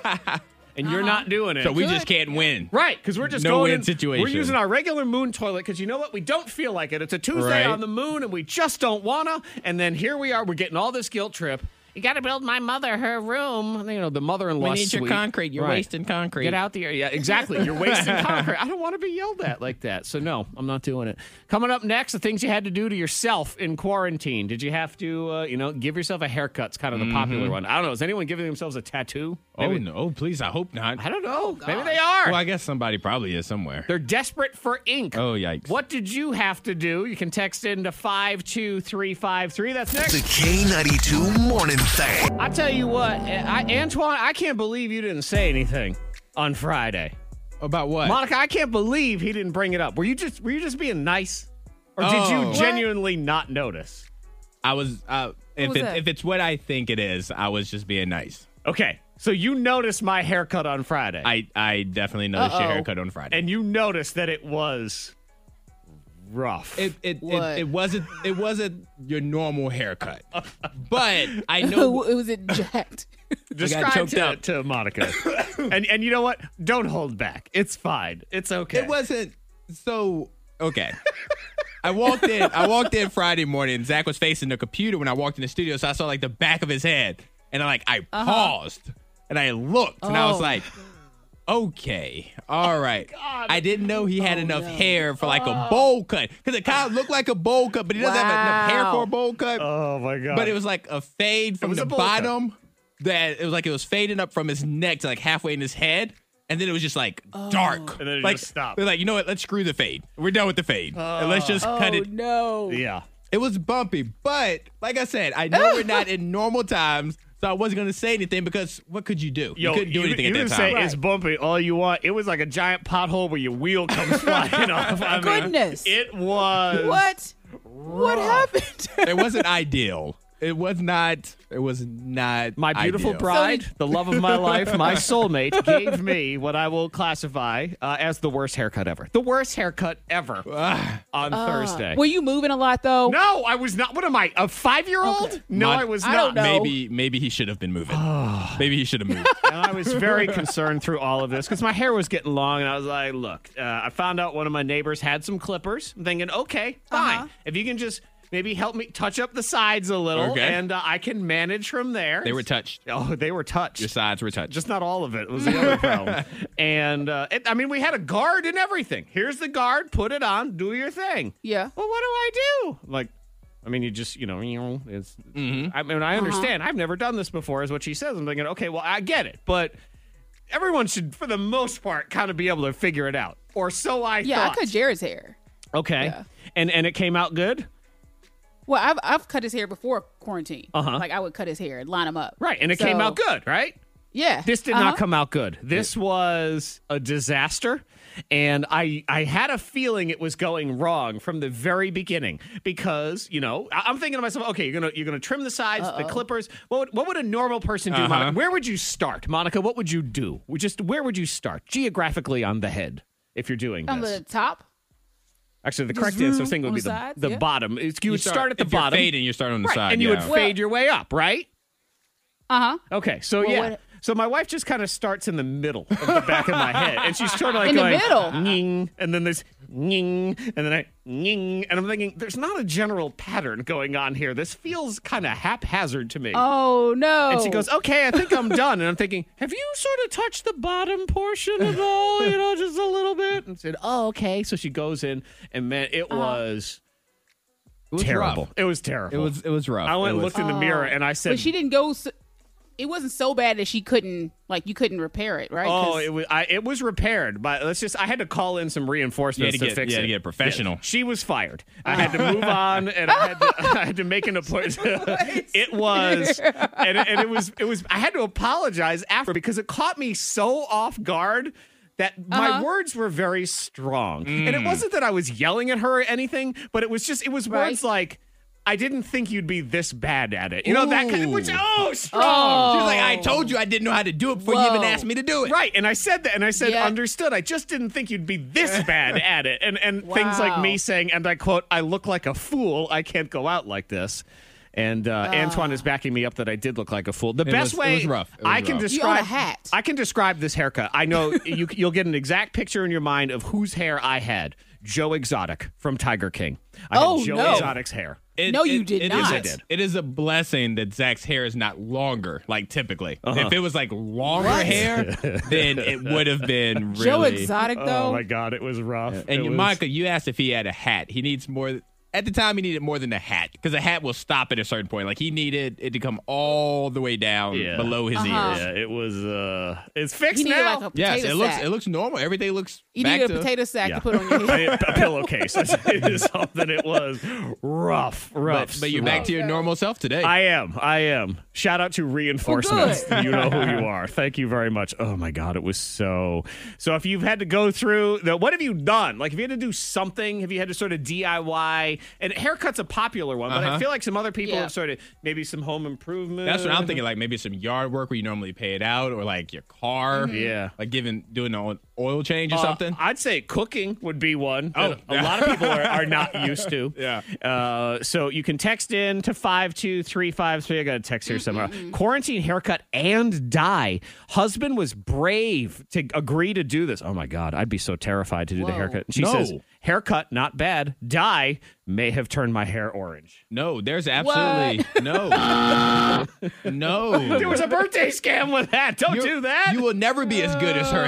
and you're not doing it. Uh-huh. So we just can't win. Right, because we're just No going win in- situation. We're using our regular moon toilet because you know what? We don't feel like it. It's a Tuesday Right. on the moon, and we just don't wanna. And then here we are. We're getting all this guilt trip, you got to build my mother her room. You know, the mother-in-law. We need your suite. concrete. You're Right. wasting concrete. Get out the area. Yeah, exactly. You're [laughs] wasting concrete. I don't want to be yelled at like that. So no, I'm not doing it. Coming up next, the things you had to do to yourself in quarantine. Did you have to, uh, you know, give yourself a haircut's kind of the popular one. I don't know. Is anyone giving themselves a tattoo? Mm-hmm. Oh no, please. I hope not. I don't know. Maybe they are. Well, I guess somebody probably is somewhere. They're desperate for ink. Oh, yikes. What did you have to do? You can text in to 52353. That's The next. K92 Morning Thing. I tell you what, eh, I, Antoine, I can't believe you didn't say anything on Friday. About what? Monica, I can't believe he didn't bring it up. Were you just were you just being nice? Or did Oh. you What? genuinely not notice? I was. Uh, if was it, that? if it's what I think it is, I was just being nice. Okay. So you noticed my haircut on Friday. I I definitely noticed your haircut on Friday. and you noticed that it was rough. it it, What? it it wasn't it wasn't your normal haircut, but I it [laughs] know was it [laughs] jacked. Describe choked to, up. to [coughs] Monica. and and you know what? Don't hold back. It's fine. It's okay. it wasn't so okay. [laughs] I walked in. I walked in Friday morning. and Zach was facing the computer when I walked in the studio, so I saw like the back of his head, and I like I paused and I looked, and I was Oh. like, okay, all right. I didn't know he had enough hair for like a bowl cut because it kind of looked like a bowl cut, but he doesn't have enough hair for a bowl cut. Oh my god. but it was like a fade from was the a bowl cut. bottom that it was like it was fading up from his neck to like halfway in his head. And then it was just like dark. And then it like, just stopped. They're like, you know what? Let's screw the fade. We're done with the fade. and let's just cut oh it. no. Yeah. It was bumpy, but like I said, I know [laughs] we're not in normal times, so I wasn't gonna say anything because what could you do? Yo, you couldn't do anything you at can that say time. it's bumpy all you want. It was like a giant pothole where your wheel [laughs] comes flying off. I mean, Goodness. it was What? What happened? it wasn't ideal. It was not. It was not My beautiful ideal. bride, the love of my life, [laughs] my soulmate, gave me what I will classify uh, as the worst haircut ever. The worst haircut ever [sighs] Ah. on Thursday. Were Uh, you moving a lot though? no, I was not. What am I, a five year old? Okay. No, Mon- I was I not. don't know. Maybe maybe he should have [sighs] been moving. maybe he should have [laughs] moved. and I was very concerned through all of this because my hair was getting long, and I was like, "Look, uh, I found out one of my neighbors had some clippers." I'm thinking, "Okay, fine. Uh-huh. If you can just maybe help me touch up the sides a little, Okay. and uh, I can manage from there." They were touched. oh, they were touched. Your sides were touched. just not all of it was the other [laughs] problem. And uh, it, I mean, we had a guard and everything. Here's the guard. Put it on. Do your thing. Yeah. Well, what do I do? Like, I mean, you just you know, you know, it's. Mm-hmm. I mean, Uh-huh. I understand. I've never done this before, is what she says. I'm thinking, okay, well, I get it, but everyone should, for the most part, kind of be able to figure it out, or so I Yeah, I thought. cut Jared's hair. okay, and and it came out good, Well, I've, I've cut his hair before quarantine. Uh-huh. Like I would cut his hair and line him up. right? And it came So, out good, right? Yeah. This did Uh-huh. not come out good. This was a disaster. And I, I had a feeling it was going wrong from the very beginning because you know I- I'm thinking to myself, okay, you're gonna you're gonna trim the sides, the clippers. What would, what would a normal person do, Uh-huh. Monica? Where would you start, Monica? What would you do? We Just where would you start geographically on the head if you're doing on this? the top. Actually, the correct vroom answer thing would on be the the, sides, the yeah. bottom. It's, you, would start, at the if bottom, You're fading, you start on the right, side. and you yeah. would fade your way up, right? Uh huh. Okay, so yeah. what- so my wife just kind of starts in the middle of the back of my head, and she's sort of like In the going, middle? "Nying," and then there's nying, and then I nying, and I'm thinking, there's not a general pattern going on here. This feels kind of haphazard to me. Oh no. And she goes, "Okay, I think I'm done." And I'm thinking, "Have you sort of touched the bottom portion at all? You know, just a little bit?" And said, "Oh, okay." So she goes in, and man, it Uh-huh. was It was terrible. rough. It was terrible. It was it was rough. I went It and was- looked in the mirror, and I said, but Oh. she didn't go. So, it wasn't so bad that she couldn't like you couldn't repair it, right? Oh, 'Cause- it was I, it was repaired, but let's just I had to call in some reinforcements You had to get- fix you it. had to get a professional. Yeah. She was fired. I had [laughs] to move on, and I had to, [laughs] I had to make an appointment. [laughs] it [laughs] was, and, it- and it was it was. I had to apologize after because it caught me so off guard. That my Uh-huh. words were very strong. And Mm. it wasn't that I was yelling at her or anything, but it was just, it was words Right. like, I didn't think you'd be this bad at it. You know, that kind of, which, Ooh. oh, strong. She was like, I told you I didn't know how to do it before you even Whoa. asked me to do it. Oh. Right, and I said that, and I said Yeah. understood. I just didn't think you'd be this [laughs] bad at it, and and things like Wow. me saying, and I quote, "I look like a fool. I can't go out like this." And uh, Antoine Ah. is backing me up that I did look like a fool. The best was- it way was rough. It was I can rough. You describe own a hat. [laughs] I can describe this haircut. I know you, you'll get an exact picture in your mind of whose hair I had. Joe Exotic from Tiger King. I had Oh, Joe no. Exotic's hair. It- No, you it- did it not. is a- I did. It is a blessing that Zach's hair is not longer, like typically. If it was like longer [laughs] hair, then it would have been really. Joe Exotic though. Oh my god, it was rough. And It was- Micah, you asked if he had a hat. He needs more. At the time, he needed more than a hat because a hat will stop at a certain point. Like he needed it to come all the way down Yeah. below his ears. yeah, it was uh it's fixed he needed now. like a potato Yes, it looks sack. it looks normal. Everything looks. you back needed a to- potato sack Yeah. to put [laughs] on your head. a, a pillowcase is, is all that it was. Rough, rough. But, but you're rough. back to your normal self today. I am. I am. Shout out to Oh, reinforcements. you know [laughs] who you are. Thank you very much. Oh my God, it was so. So if you've had to go through the, what have you done? Like if you had to do something, have you had to sort of DIY? And haircut's a popular one, but I Uh-huh. feel like some other people Yeah. have sort of maybe some home improvement. That's what I'm [laughs] thinking. Like maybe some yard work where you normally pay it out, or like your car. Yeah. Like giving doing an oil change or Mm-hmm. Uh, something. I'd say cooking would be one. Oh, that a lot of people are, are not [laughs] used to. Yeah. Uh, so you can text in to five two three five three. I got a text here somewhere. Quarantine haircut and dye. Husband was brave to agree to do this. Oh my God, I'd be so terrified to do the Whoa. haircut. She No. says haircut not bad. Dye may have turned my hair orange. no, there's absolutely [laughs] no, no. There was a birthday scam with that. Don't You're- do that. You will never be as good as her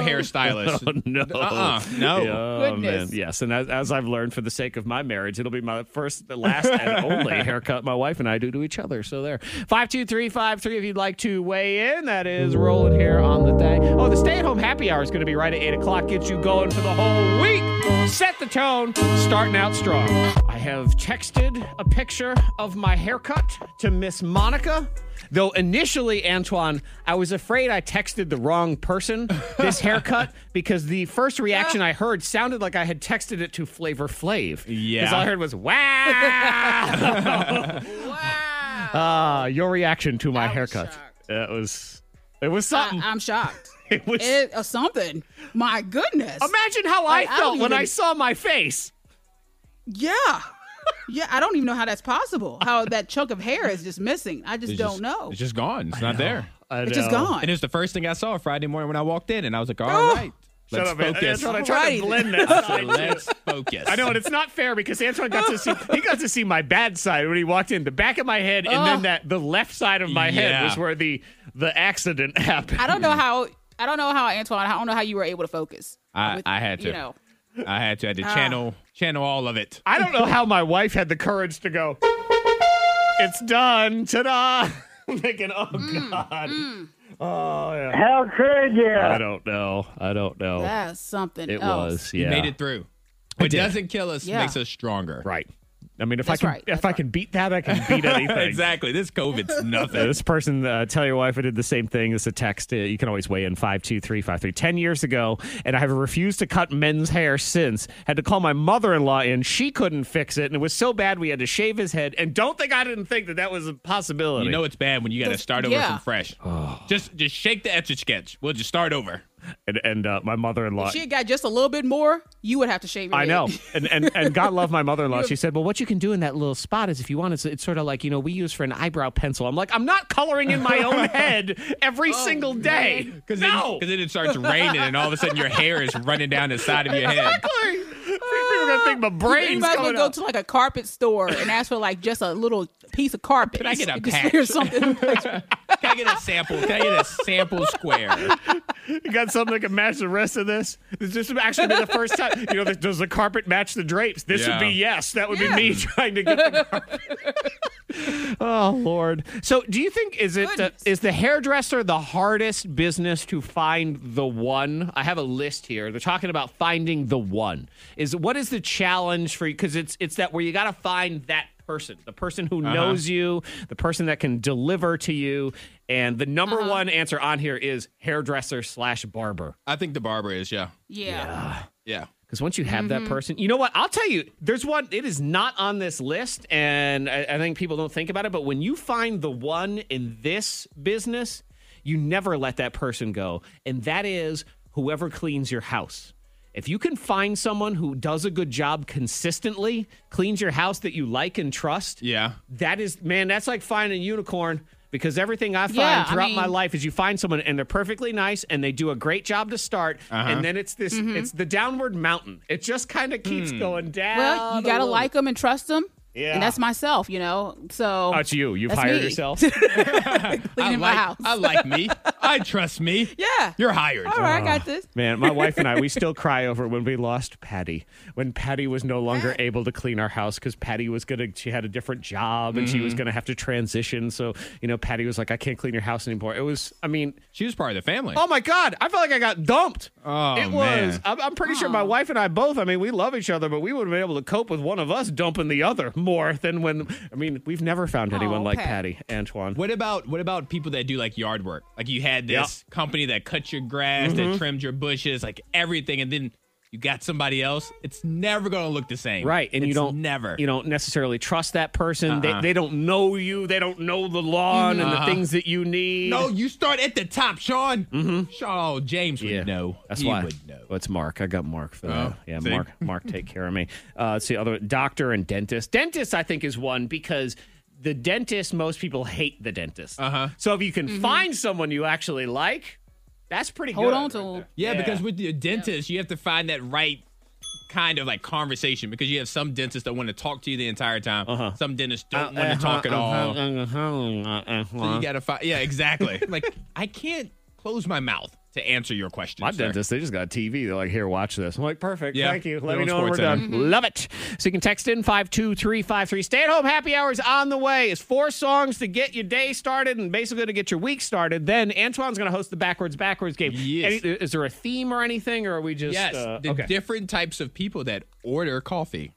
[laughs] hairstylist. no. Uh-uh. No. Yeah, Goodness. Oh, man. Yes, and as, as I've learned for the sake of my marriage, it'll be my first, the last, and only haircut my wife and I do to each other. So there. 52353 if you'd like to weigh in. That is rolling here on the thing. Oh, the stay-at-home happy hour is going to be right at 8 o'clock. Get you going for the whole week. Set the tone. Starting out strong. I have texted a picture of my haircut to Miss Monica. Though initially, Antoine, I was afraid I texted the wrong person [laughs] this haircut because the first reaction I heard sounded like I had texted it to Flavor Flav. Yeah. Because all I heard was, [laughs] wow. Ah, your reaction to my I was haircut. shocked. that was, it was something. I, [laughs] am shocked. [laughs] it was, It, or something. My goodness. imagine how Like, I I don't felt when even- I saw my face. Yeah. Yeah, I don't even know how that's possible. How that chunk of hair is just missing. I just It's don't just- know. It's just gone. It's not there. It's just gone. And it was the first thing I saw Friday morning when I walked in, and I was [gasps] like, all right, Shut let's up, man. focus. Antoine, I tried to Right. blend [laughs] that side let's focus. I know, and it's not fair because Antoine got to see he got to see my bad side when he walked in. The back of my head and then that the left side of my head Yeah. was where the the accident happened. I don't know how. I don't know how Antoine. I don't know how you were able to focus. I, I had to. You know. I had to. I had to Ah. channel channel all of it. I don't know how my wife had the courage to go. It's done. Ta-da! [laughs] I'm thinking, oh Mm, god. Oh yeah. How could I Uh. you? don't know. I don't know. That's something it else. was. Yeah. Made it through. What doesn't kill us Yeah. makes us stronger. [laughs] right. I mean, if That's I can right. if That's I can beat that, I can [laughs] beat anything. Exactly. This [laughs] COVID's Uh, nothing. this person, uh, tell your wife I did the same thing. This is a text. Uh, you can always weigh in 52353. 10 years ago, and I have refused to cut men's hair since. Had to call my mother in law in. She couldn't fix it, and it was so bad we had to shave his head. And don't think I didn't think that that was a possibility. You know it's bad when you got to Does- start over yeah. from [sighs] fresh. Just just shake the etch a sketch. We'll just start over. and and uh, my mother in law. If she had got just a little bit more, you would have to shave your I head. [laughs] know, and, and and God love my mother in law. She said, "Well, what you can do in that little spot is, if you want, it's, it's sort of like you know we use for an eyebrow pencil." I'm like, I'm not coloring in my own head every single day. Because no, then, it starts raining, and all of a sudden your hair is running down the side of your [laughs] head. Exactly. [laughs] People are gonna think my [laughs] you brain's might as well coming go out. to like a carpet store and ask for like just a little piece of carpet. Can I get a [laughs] Just- patch? [laughs] or something? Can I get a sample? Can I get a sample square? You got something that can match the rest of this? This this would actually be the first time. You know, this, does the carpet match the drapes? This Yeah. would be yes. That would Yeah. be me [laughs] trying to get the carpet. oh Lord! So, do you think is it uh, Goodness. is the hairdresser the hardest business to find the one? I have a list here. They're talking about finding the one. Is what is the challenge for you? Because it's it's that where you got to find that person, the person who knows you, the person that can deliver to you. And the number one answer on here is hairdresser slash barber. I think the barber is, yeah. yeah. Yeah. Because once you have that person, you know what? I'll tell you, there's one, it is not on this list. And I, I think people don't think about it. But when you find the one in this business, you never let that person go. And that is whoever cleans your house. If you can find someone who does a good job consistently, cleans your house that you like and trust, Yeah. that is, man, that's like finding a unicorn. Because everything I find Yeah, I throughout my mean- life is you find someone and they're perfectly nice and they do a great job to start, and then it's this Mm-hmm. it's the downward mountain. It just kind of keeps going down. Well, you a gotta little- like them and trust them. Yeah. And that's myself, you know. So Oh, it's you. You've that's hired me. [laughs] yourself. I cleaning like, my house. I like [laughs] me. I trust me. yeah. You're hired. All right, I got this. Man, my wife and I, we still cry over when we lost Patty. When Patty was no longer able to clean our house because Patty was going to, she had a different job and she was going to have to transition. So, you know, Patty was like, I can't clean your house anymore. It was, I mean, She was part of the family. oh my God, I felt like I got dumped. Oh, it was. man. I'm, I'm pretty sure my wife and I both, I mean, we love each other, but we would have been able to cope with one of us dumping the other more than when, I mean, we've never found anyone Aw, like Pat. Patty, Antoine. What about what about people that do like yard work? Like you had this company that cut your grass, Mm-hmm. that trimmed your bushes, like everything, and then you got somebody else. It's never gonna look the same, Right, and you It's don't never. Uh-uh. you don't necessarily trust that person. They, they don't know you. They don't know the lawn and the things that you need. Uh-huh. No, you start at the top, Sean. Mm-hmm. Sean James would yeah, know. That's he why. would know. Well, it's Mark. I got Mark for that. Oh, yeah, see? Mark. [laughs] Mark, take care of me. Uh, let's see, other doctor and dentist. Dentist, I think, is one because. The dentist, most people hate the dentist. Uh-huh. So if you can find someone you actually like, that's pretty Mm-hmm. Hold good. on to 'em. Yeah, because with your dentist, you have to find that right kind of like conversation because you have some dentists that want to talk to you the entire time. Uh-huh. Some dentists don't Uh, want to talk at all. uh-huh. So you gotta find. Yeah, exactly. like I can't close my mouth to answer your question. My sir. dentist, they just got a TV. They're like, here, watch this. I'm like, perfect. Yeah. Thank you. They're Let me on Mm-hmm. know when we're done. SportsCenter. Love it. So you can text in 52353. Stay at home happy hours on the way. It's four songs to get your day started and basically to get your week started. Then Antoine's going to host the backwards, backwards game. Yes. Any- is there a theme or anything, or are we just. Yes, uh, the okay. different types of people that order coffee.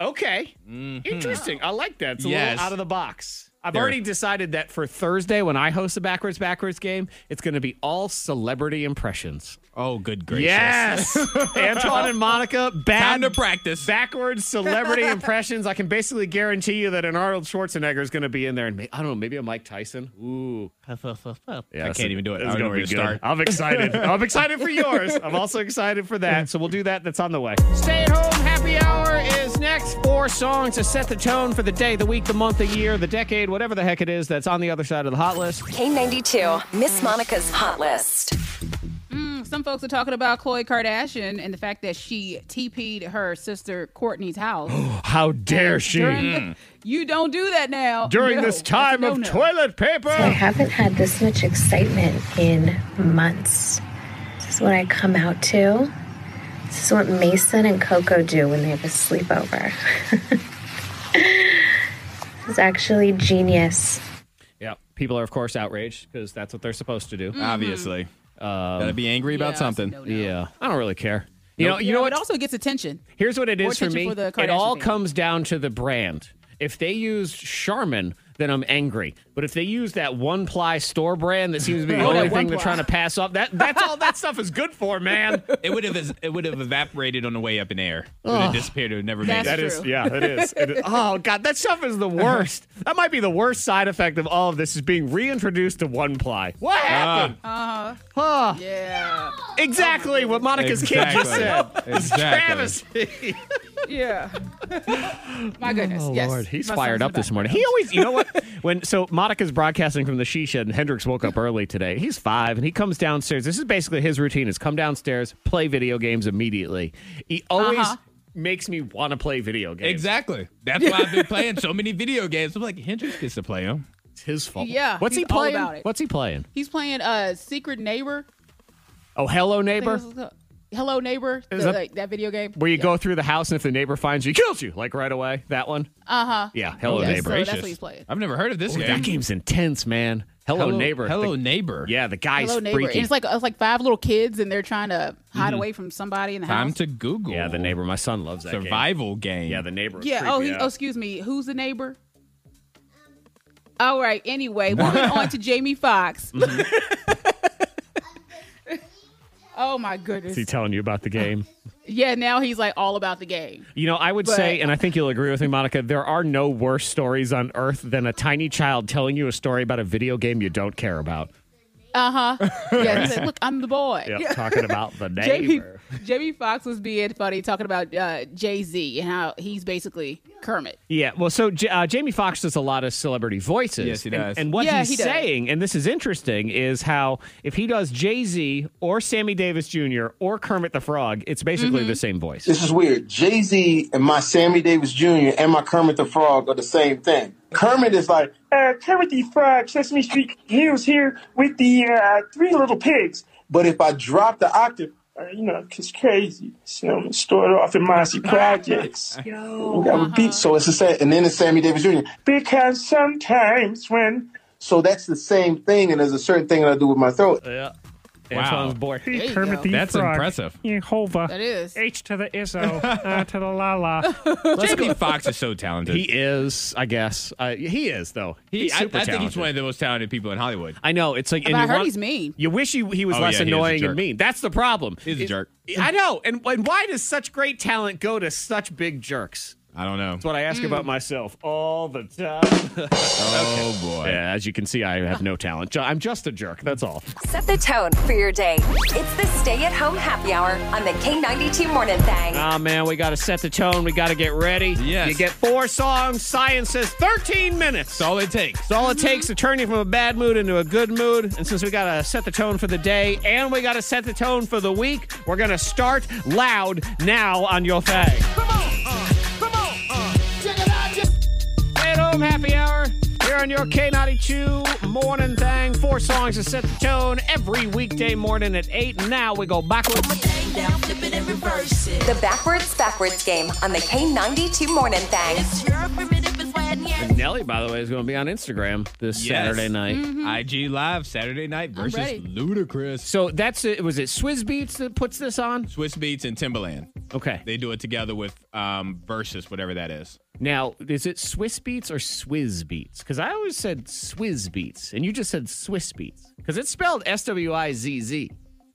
Okay. Interesting. I like that. It's a Mm-hmm. Yes. little out of the box. I've There. already decided that for Thursday, when I host the backwards, backwards game, it's going to be all celebrity impressions. Oh, good gracious! Yes. [laughs] Antoine and Monica, bad Time to practice. backwards celebrity impressions. I can basically guarantee you that an Arnold Schwarzenegger is going to be in there, and may, I don't know, maybe a Mike Tyson. [laughs] Ooh, I can't even do it. It's I don't know going to where be to good. start. I'm [laughs] excited. I'm excited for yours. I'm also excited for that. So we'll do that. That's on the way. Stay at home happy hour is next. Four songs to set the tone for the day, the week, the month, the year, the decade, whatever the heck it is that's on the other side of the hot list. K92, Miss Monica's Hot List. Some folks are talking about Khloe Kardashian and the fact that she TP'd her sister Courtney's house. [gasps] How dare she? During the- you don't do that now. Mm-hmm. During No, this that's a time of no-no. toilet [laughs] I paper. haven't had this much excitement in months. This is what I come out to. This is what Mason and Coco do when they have a sleepover. [laughs] this is actually genius. Yeah, people are of course outraged because that's what they're supposed to do. Mm. Obviously, Mm-hmm. gotta be angry Yeah, about that's a something. no-no. Yeah, I don't really care. You know, you Yeah, know but what? It also gets attention. Here's what it More is for attention me. for the it all Kardashian family. comes down to the brand. If they used Charmin, then I'm angry. But if they use that one ply store brand that seems to be the [laughs] Oh, that only thing one they're ply. trying to pass off, that that's all that stuff is good for, [laughs] man. It would have it would have evaporated on the way up in air. It would have disappeared. It would never made That's it. That is, true. yeah, it is. It is. Oh God, that stuff is the worst. That might be the worst side effect of all of this is being reintroduced to one ply. What Ah, happened? Huh. Ah. Yeah. Exactly what Monica's kid just said. [laughs] Exactly. Travesty. [laughs] Yeah. My goodness. yes. Oh, Lord, he's My fired son's up in the this morning. He always, you know what? [laughs] When so Monica's broadcasting from the she shed, and Hendrix woke up early today. He's five, and he comes downstairs. This is basically his routine: is come downstairs, play video games immediately. He always Uh-huh. makes me want to play video games. Exactly. That's why I've been playing so many video games. I'm like, Hendrix gets to play them. It's his fault. Yeah, What's he he's all playing? about it. What's he playing? He's playing uh Secret Neighbor. Oh, hello I think neighbor. that's what's called. Hello Neighbor. Is the- that- like, that video game. Where you go through the house, and if the neighbor finds you, he kills you like right away. That one. Uh huh. Yeah. Hello Uh-huh. Yes, neighbor. so that's what he's playing. I've never heard of this Ooh, game. Oh, that game's intense, man. Hello, neighbor. The- Hello neighbor. yeah, the guy's Hello Neighbor. freaky. Mm-hmm. And it's like uh, it's like five little kids and they're trying to hide away from somebody in the Time house. to Google. Yeah, the neighbor. My son loves that game. survival game. Yeah, the neighbor. was yeah. creepy Oh, he, out. oh, excuse me. Who's the neighbor? All right. Anyway, [laughs] moving on to Jamie Foxx. Mm-hmm. [laughs] oh my goodness. is he telling you about [laughs] the game? Yeah. Now he's like all about the game. You know, I would But- say, and I think you'll agree with me, Monica. There are no worse stories on earth than a tiny child telling you a story about a video game you don't care about. Uh huh. Yeah. He's like, look, I'm the boy. Yep, [laughs] talking about the [laughs] Jamie neighbor. Jamie Foxx was being funny talking about uh, Jay Z and how he's basically Kermit. Yeah, well, so J- uh, Jamie Foxx does a lot of celebrity voices. Yes, he And- does. And, what Yeah, he's he does. saying, and this is interesting, is how if he does Jay Z or Sammy Davis Jr. or Kermit the Frog, it's basically Mm-hmm. the same voice. This is weird. Jay Z and my Sammy Davis Jr. and my Kermit the Frog are the same thing. Kermit is like, uh, Kermit the Frog, Sesame Street News here with the uh, Three Little Pigs. But if I drop the octave, uh, you know, it's crazy. So I'm started off in [laughs] Mossy Projects. We got repeat. So it's the same, and then it's Sammy Davis Jr. Because sometimes when. So that's the same thing, and there's a certain thing that I do with my throat. Antoine's Wow. bored. There you go. That's impressive. That is. H to the ISO, uh, to the la la. Jamie Foxx is so talented. He is, I guess. Uh, he is, though. He- He's I, I super think he's talented. one of the most talented people in Hollywood. I know. It's like, and But I you heard want- he's mean. You wish he, he was Oh, less yeah, he is a annoying and jerk. mean. That's the problem. He's a It- jerk. [laughs] I know. And, and why does such great talent go to such big jerks? I don't know. That's what I Mm. ask about myself all the time. Oh boy. yeah, as you can see, I have no talent. Ju- I'm just a jerk. That's all. Set the tone for your day. It's the stay at home happy hour on the K92 Morning Thing. Oh man, we got to set the tone. We got to get ready. Yes. You get four songs. Science says 13 minutes. That's all it takes. It's all it takes to turn you from a bad mood into a good mood. And since we got to set the tone for the day and we got to set the tone for the week, we're going to start loud now on your thing. Come uh. on, come on, check it out. Stay at home happy hour here on your K92 morning thing. Four songs to set the tone every weekday morning at 8. Now we go backwards. Down, flip it and reverse it. The backwards, backwards game on the K92 Morning Thing. It's your primitive is wet and yet. Nelly, by the way, is going to be on Instagram this Yes. Saturday night. IG Live Saturday night versus Mm-hmm. ready. Ludacris. So that's it. Was it Swizz Beats that puts this on? Swiss Beats and Timbaland. Okay. They do it together with um versus whatever that is. Now, is it Swiss Beats or Swizz Beats? Because I always said Swizz Beats, and you just said Swiss Beats. Because it's spelled S W I Z Z.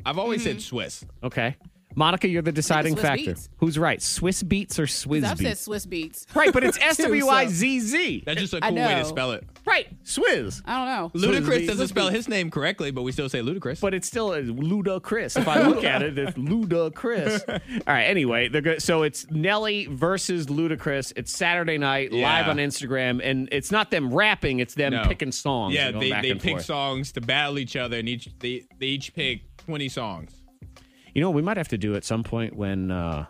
I've always said Mm-hmm. Swiss. Okay. Monica, you're the deciding Swiss factor. Beats. Who's right, Swiss Beats or Swizz I've said Beats? Swiss beats. Right, [laughs] but it's S W I Z Z. That's just a I cool way to know. spell it. Right, Swizz. I don't know. Ludacris doesn't spell his name correctly, but we still say Ludacris. But it's still is ludicrous. If I look at it, it's [laughs] ludicrous. All right. Anyway, they're good. So it's Nelly versus Ludacris. It's Saturday night live Yeah. on Instagram, and it's not them rapping; it's them No. picking songs. Yeah, and going they, back they and pick forth. songs to battle each other, and each they, they each pick twenty songs. You know, we might have to do at some point when uh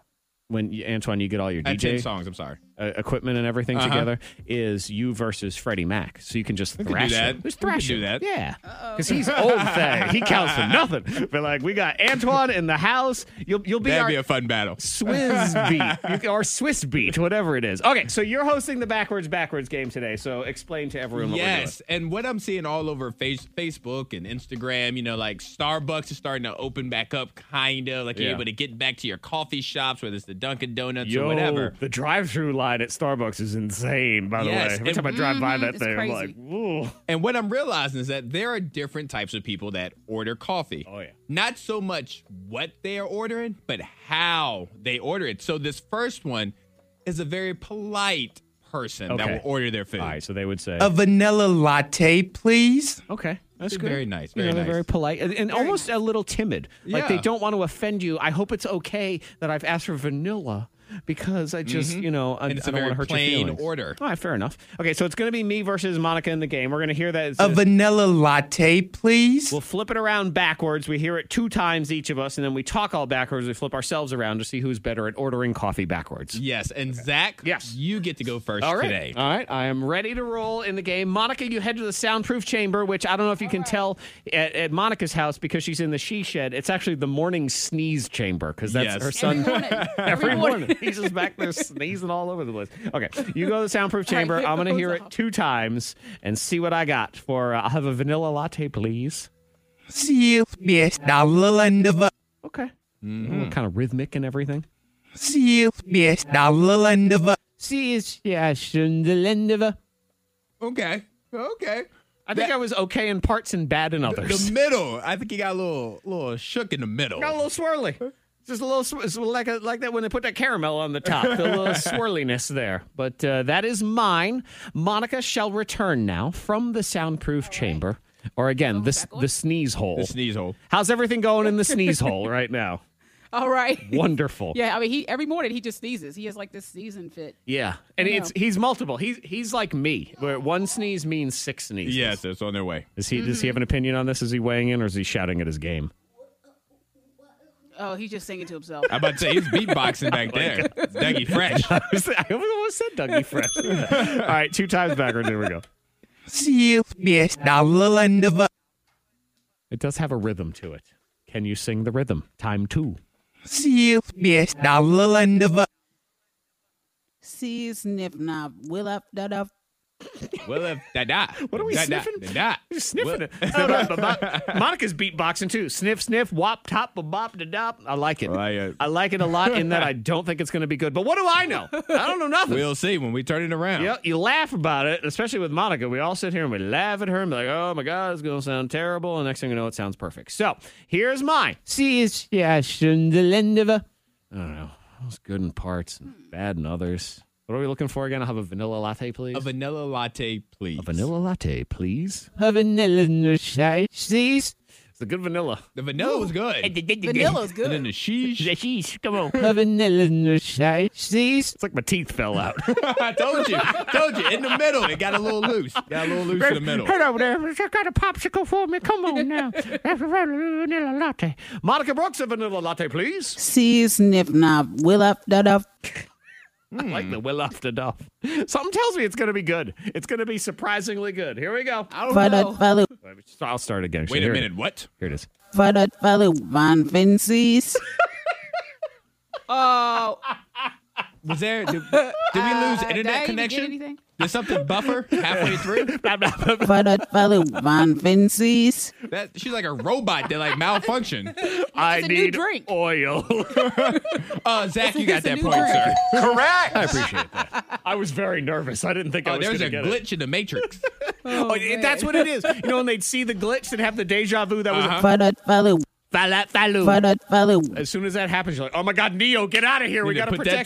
when you- Antoine, you get all your Uh, ten DJ songs. I'm sorry. uh, equipment and everything Uh-huh. together, is you versus Freddie Mac. So you can just could do thrash that. him. Just We could thrash do him. that. Yeah, because he's old thing. He counts for [laughs] nothing. But like, we got Antoine in the house. You'll you'll be That'd our be a [laughs] fun battle. [laughs] Swiss beat You can- or Swiss beat, whatever it is. Okay, so you're hosting the backwards backwards game today. So explain to everyone. Yes, and what I'm seeing all over face, Facebook and Instagram, you know, like Starbucks is starting to open back up, kind of like you're Yeah. able to get back to your coffee shops, whether it's the Dunkin' Donuts What we're or doing. Yo, whatever. the drive-through line at Starbucks is insane. By the Yes, way, every it- time I drive by that Mm-hmm. it's thing, I'm crazy. like, Ooh. And what I'm realizing is that there are different types of people that order coffee. Oh, yeah. Not so much what they are ordering, but how they order it. So this first one is a very polite person that Okay. will order their food. All right, so they would say, A vanilla latte, please. okay, that's They're good. very nice, You very know, they're nice. very polite, and, and almost a little timid. Like they Yeah. don't want to offend you. I hope it's okay that I've asked for vanilla. Because I just, you know, I, Mm-hmm. And it's I a don't very want to hurt your plain feelings. order. All right, fair enough. Okay, so it's going to be me versus Monica in the game. We're going to hear that. It's- vanilla latte, please. We'll flip it around backwards. We hear it two times each of us, and then we talk all backwards. We flip ourselves around to see who's better at ordering coffee backwards. Yes, and Zach, Yes. you get to go first All right. Uh, today. All right. I am ready to roll in the game. Monica, you head to the soundproof chamber, which I don't know if you can tell at, at Monica's house because she's in the she shed. It's actually the morning sneeze chamber because that's Yes. her Every son. morning. [laughs] Every morning. He's just back there sneezing all over the place. Okay. You go to the soundproof chamber. here I'm going to goes hear it off. two times and see what I got for uh, I'll have a vanilla latte, please. See you, miss dollar and the Okay. Mm-hmm. Kind of rhythmic and everything. See you, miss dollar and the See, it's yeah, Schindelinder. Okay, okay. I think I was okay in parts and bad in others. [laughs] The middle, I think he got a little, little shook in the middle. Got a little swirly. Just a little, sw- it's like a, like that when they put that caramel on the top, the [laughs] little swirliness there. But uh, that is mine. Monica shall return now from the soundproof chamber, or again, this the sneeze hole. The sneeze hole. [laughs] How's everything going in the sneeze hole right now? [laughs] All right. Wonderful. Yeah, I mean, he every morning he just sneezes. He has like this season fit. Yeah, and I know. it's he's multiple. He's he's like me, where one sneeze means six sneezes. Yes, it's on their way. Is he Mm-hmm. does he have an opinion on this? Is he weighing in or is he shouting at his game? Oh, he's just singing to himself. I'm about to say [laughs] he's beatboxing Oh back there. Dougie Fresh. I [laughs] almost said Dougie Fresh. All right, two times backwards. Here we go. It does have a rhythm to it. Can you sing the rhythm? Time two. See, sniff, now, will up, da da. Well, uh, if da da. What are we da, sniffing? Da, da, You're sniffing it. Oh, da, [laughs] ba, ba. Monica's beatboxing too. Sniff, sniff, wop, top, ba, bop, da, dop. I like it. Like it. I like it a lot in that I don't think it's going to be good. But what do I know? I don't know nothing. We'll see when we turn it around. Yeah, you laugh about it, especially with Monica. We all sit here and we laugh at her and be like, oh my God, it's going to sound terrible. And next thing you know, it sounds perfect. So here's mine. See, it's yeah, shouldn't the end of a- I don't know. It was good in parts and bad in others. What are we looking for again? I'll have a vanilla latte, please. A vanilla latte, please. A vanilla latte, please. A vanilla latte, please. It's a good vanilla. The vanilla was good. Vanilla's And then good. [laughs] the sheesh. Come on. A vanilla latte, please. It's like my teeth fell out. [laughs] I told you. Told you. In the middle. It got a little loose. Got a little loose in the middle. Hello there. Just got a popsicle for me. Come on [laughs] now. vanilla latte. Monica Brooks, a vanilla latte, please. See, sniff, now, will up, da da. I Hmm. like the will after duff. Something tells me it's going to be good. It's going to be surprisingly good. Here we go. I don't know. Follow, follow, I'll start again. Wait a Here it- minute. What? Here it is. follow, follow, Van Vinces. Oh, Was [laughs] there? Did, did we Uh, lose did internet I even get connection? anything? Did something buffer [laughs] halfway through? follow, follow, Van Vinces. That she's like a robot that like Uh, malfunctioned. I a new need drink. oil. [laughs] Uh, Zach, you got It's a that new point, drink. sir. I appreciate that. I was very nervous. I didn't think I Oh, was there's going a to get it. glitch in the matrix. Oh, it- that's what it is. You know, when they'd see the glitch and have the deja vu, that was Uh-huh. a Follow, follow, [laughs] Fala- falu. follow, follow. As soon as that happens, you're like, "Oh my God, Neo, get out of here! We Need to got to put that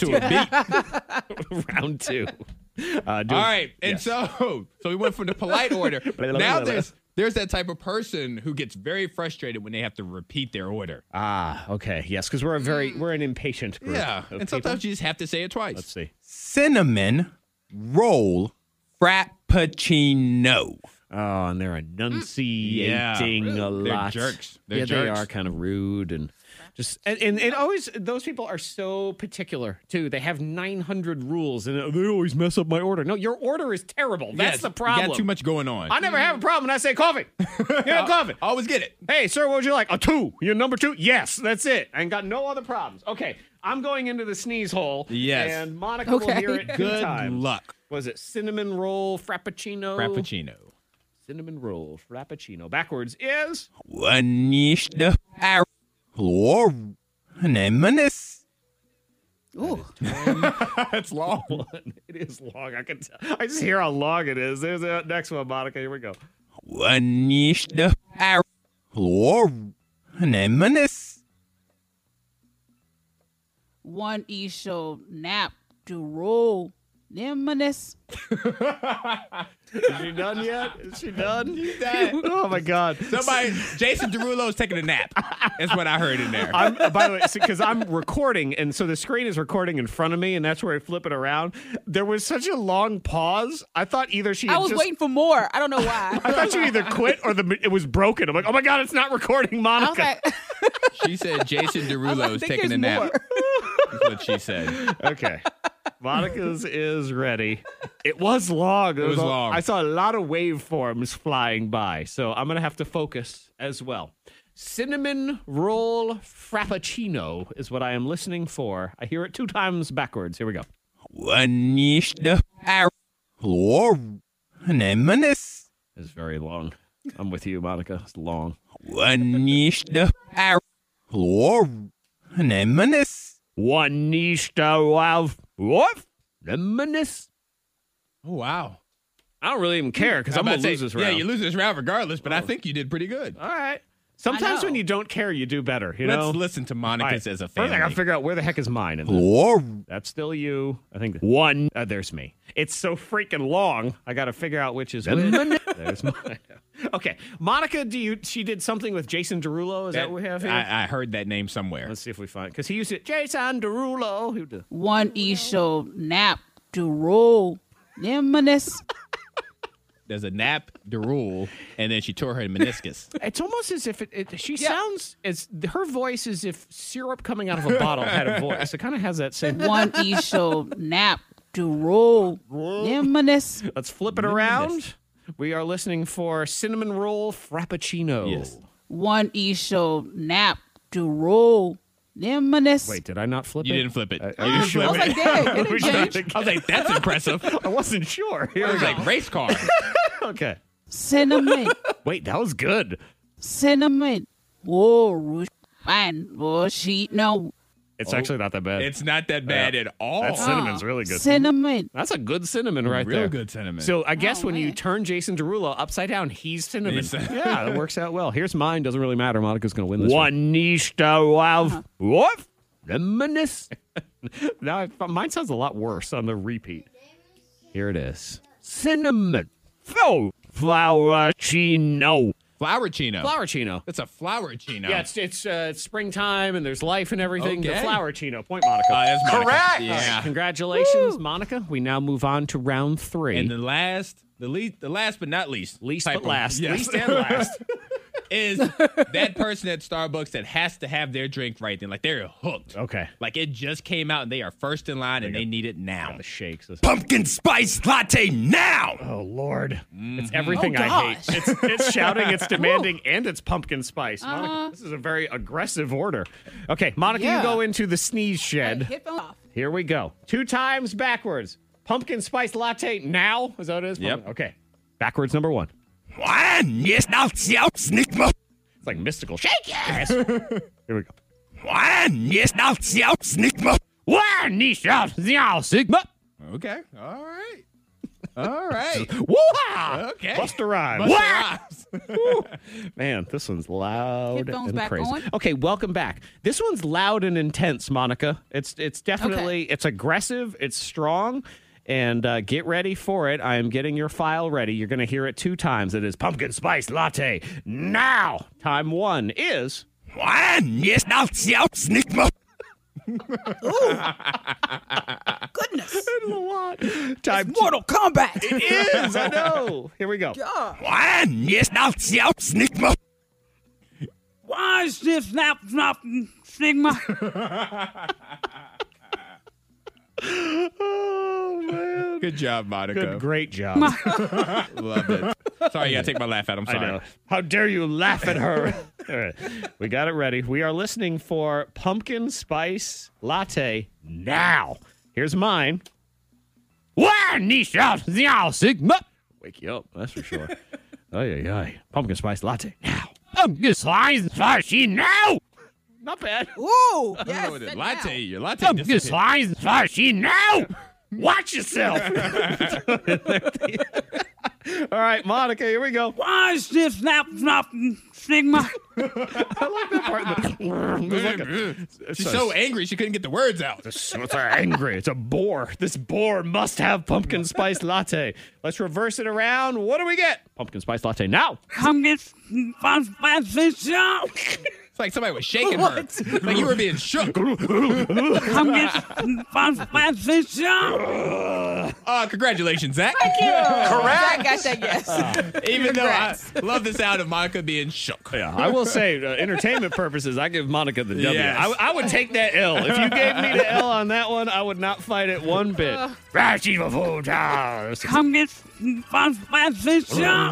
protect to you." a beat. [laughs] Round two. Uh, do All it. right, and Yes. so so we went from the [laughs] polite order. now there's there's that type of person who gets very frustrated when they have to repeat their order. Ah, okay, yes, because we're a very we're an impatient group. yeah, of and people. sometimes you just have to say it twice. let's see. Cinnamon roll frappuccino. Oh, and they're enunciating Mm. Yeah. a They're lot. jerks. They're yeah, jerks. they are kind of rude and just and, and and always those people are so particular too. They have nine hundred rules and they always mess up my order. No, your order is terrible. That's Yes, the problem. You got too much going on. I never have a problem when I say coffee. [laughs] Yeah, coffee. I always get it. Hey, sir, what would you like? A two. You're number two? Yes, that's it. I ain't got no other problems. Okay, I'm going into the sneeze hole. Yes. And Monica will Okay. hear it two Good times. luck, Was it cinnamon roll frappuccino? frappuccino. Cinnamon roll frappuccino. Backwards [laughs] is Ooh, That's long. one. [laughs] It is long. I can tell. I just hear how long it is. There's the next one, Monica. Here we go. one e show nap to roll. Nimbus. Is she done yet? Is she done? [laughs] oh my God. Somebody, Jason Derulo's taking a nap. That's what I heard in there. I'm uh, by the way, because I'm recording, and so the screen is recording in front of me, and that's where I flip it around. There was such a long pause. I thought either she. I had was just- waiting for more. I don't know I why. thought she either quit or the it was broken. I'm like, oh my god, it's not recording, I Monica. was like, She said Jason I was like, Derulo's think taking there's a nap. more. That's what she said. Okay. Monica's is ready. It was long. It was long. I saw a lot of waveforms flying by, so I'm going to have to focus as well. Cinnamon roll frappuccino is what I am listening for. I hear it two times backwards. Here we go. It's very long. I'm with you, Monica. It's long. One Nista Wav. What? Lemonis? Oh, wow. I don't really even care because I'm going about to to lose say, this round. Oh. Yeah, you lose this round regardless, but I think you did pretty good. All right. Sometimes know. when you don't care, you do better. You know. Let's listen to All right. Monica's as a First, I gotta family. figure out where the heck is mine. in this. That's still you. I think one. Uh, [laughs] there's me. It's so freaking long. I gotta figure out which is which. there's mine. Okay, Monica, do you? She did something with Jason Derulo. Is that, what we have here? I, I heard that name somewhere. Let's see if we find because he used it. Jason Derulo. Who the One E show nap to roll. Lemonness. There's a nap, the rule, and then she tore her [laughs] meniscus. It's almost as if it, it she sounds as her voice is if syrup coming out of a bottle had a voice. It kind of has that same. One E show nap to roll. Lemonness. Let's flip it around. We are listening for cinnamon roll frappuccino. Yes. One E show nap to roll. Lemonness. Wait, did I not flip You it? Uh, oh, didn't flip it. You I didn't was flip it. [laughs] like, dang, it We didn't tried change. to- I was like, that's impressive. I [laughs] I wasn't sure. Here we was like, race car. go. Okay. Cinnamon. Wait, that was good. cinnamon. Whoa, fine. Whoa, she no. It's actually not that bad. Oh, It's not that bad at all. that cinnamon's really good. Cinnamon. That's a good cinnamon right Real there. good cinnamon. So I guess Oh, when you man. turn Jason Derulo upside down, he's cinnamon. He's cin- yeah, that works out well. Here's mine. Doesn't really matter. Monica's going to win this. One wow. What? Reminisce. [laughs] now I- mine sounds a lot worse on the repeat. Here it is. Cinnamon. Oh, flower chino. flower chino. Flower chino. That's a flower chino. Yeah, it's it's uh, it's springtime and there's life and everything. The Okay. flower chino. Point Monica. Uh, that's Monica. Correct. Yeah. Congratulations, Monica. We now move on to round three. And the last, the least, the last but not least, least type but of- last. yes. Least and [laughs] last. is that person at Starbucks that has to have their drink right then. Like they're hooked. Okay. Like it just came out and they are first in line and they need it now. the shakes. Pumpkin spice latte now. Oh Lord! It's Mm-hmm. everything Oh, I hate. gosh. It's, it's shouting, [laughs] it's demanding, and it's pumpkin spice. Monica, this is a very aggressive order. Okay, Monica, Uh-huh. Yeah. you go into the sneeze shed. Headphone off. Here we go. Two times backwards. Pumpkin spice latte now. Is that what it is? Yep. Pumpkin- Okay. Backwards number one. One, yes, now, sneak mo. It's like mystical. Shake your [laughs] ass. Here we go. One, yes, now, sneak mo. One knee shot. Meow sigma. Oh, Okay. All right. [laughs] All right. Woo-ha! Okay. Buster rhymes. Busta [laughs] Man, this one's loud Headphones and back crazy. on. Okay, welcome back. This one's loud and intense, Monica. It's it's definitely it's aggressive, it's strong, and uh, get ready for it. I am getting your file ready. You're going to hear it two times. It is pumpkin spice latte now. Time one is One, yes, now, sneak mo. [laughs] Goodness. time two Mortal Kombat. is. [laughs] I know. Here we go. One, yes, now, sneak mo. Why is this snap snap stigma? Oh man. Good job, Monica. Good, great job. Loved it. Sorry, I gotta take my laugh out. [laughs] I'm I sorry. know. How dare you laugh at her? [laughs] All right. We got it ready. We are listening for pumpkin spice latte now. Here's mine. One Nisha Zhao Sigma. Wake you up, that's for sure. [laughs] Oh yeah, yeah. Pumpkin spice latte now. Pumpkin spice latte now. Not bad. Ooh. You Yes. know sit what? down. Latte, your latte. Pumpkin disappeared. spice latte now. Watch yourself. [laughs] All right, Monica, here we go. Why is this snap snap stigma? [laughs] She's so angry she couldn't get the words out. So it's angry. It's a boar. This boar must have pumpkin spice latte. Let's reverse it around. What do we get? Pumpkin spice latte now. Come get spice spice show. It's like somebody was shaking her. Like you were being shook. Come get spice spice show. Uh, congratulations, Zach. Correct. I got that yes. Even though I Congrats. love the sound of Monica being shook. Yeah, I will say, uh, entertainment purposes, I give Monica the W. I Yes. I would take that L. If you gave me the L on that one, I would not fight it one [laughs] bit. Right, evil fool, ah. Come get spice spice show.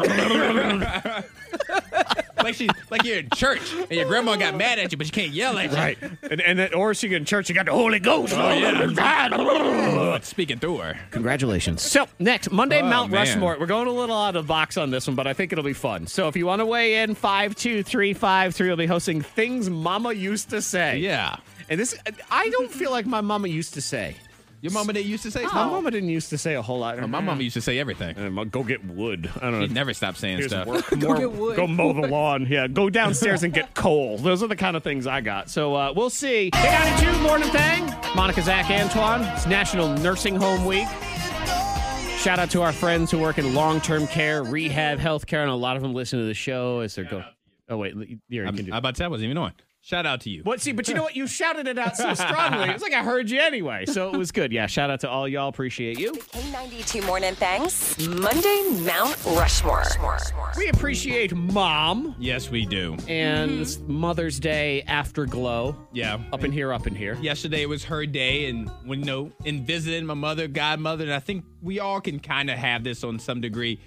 Like she, like you're in church and your grandma got mad at you, but you can't yell at you. Right, [laughs] Oh, and and then, or she in church, you got the Holy Ghost. [laughs] But speaking through her. Congratulations. So, next, Monday Oh, Mount man. Rushmore. We're going a little out of the box on this one, but I think it'll be fun. So, if you want to weigh in, 52353 will be hosting Things Mama Used to Say. Yeah. And this, I don't feel like my mama used to say. Your mama didn't used to say My stuff. mama didn't used to say a whole lot. My mama used to say everything. And I'm, go get wood. I don't know. She never stopped saying Here's stuff. work. [laughs] More- get wood. Go mow [laughs] the lawn. Yeah, go downstairs and get coal. Those are the kind of things I got. So uh, we'll see. Hey, got it too. Morning thing. Monica, Zach, Antoine. It's National Nursing Home Week. Shout out to our friends who work in long term care, rehab, healthcare, and a lot of them listen to the show as they're going. Oh wait, you I'm, can do. I'm about to say I wasn't even on. Shout out to you. What? See, but you know what? You shouted it out so strongly. It's like I heard you anyway. So it was good. Yeah. Shout out to all y'all. Appreciate you. K92 Morning Thanks, Monday Mount Rushmore. We appreciate mom Yes, we do. and this Mm-hmm. Mother's Day afterglow. Yeah. Up in here, up in here. Yesterday was her day, and when you know, in visiting my mother, godmother, and I think we all can kind of have this on some degree.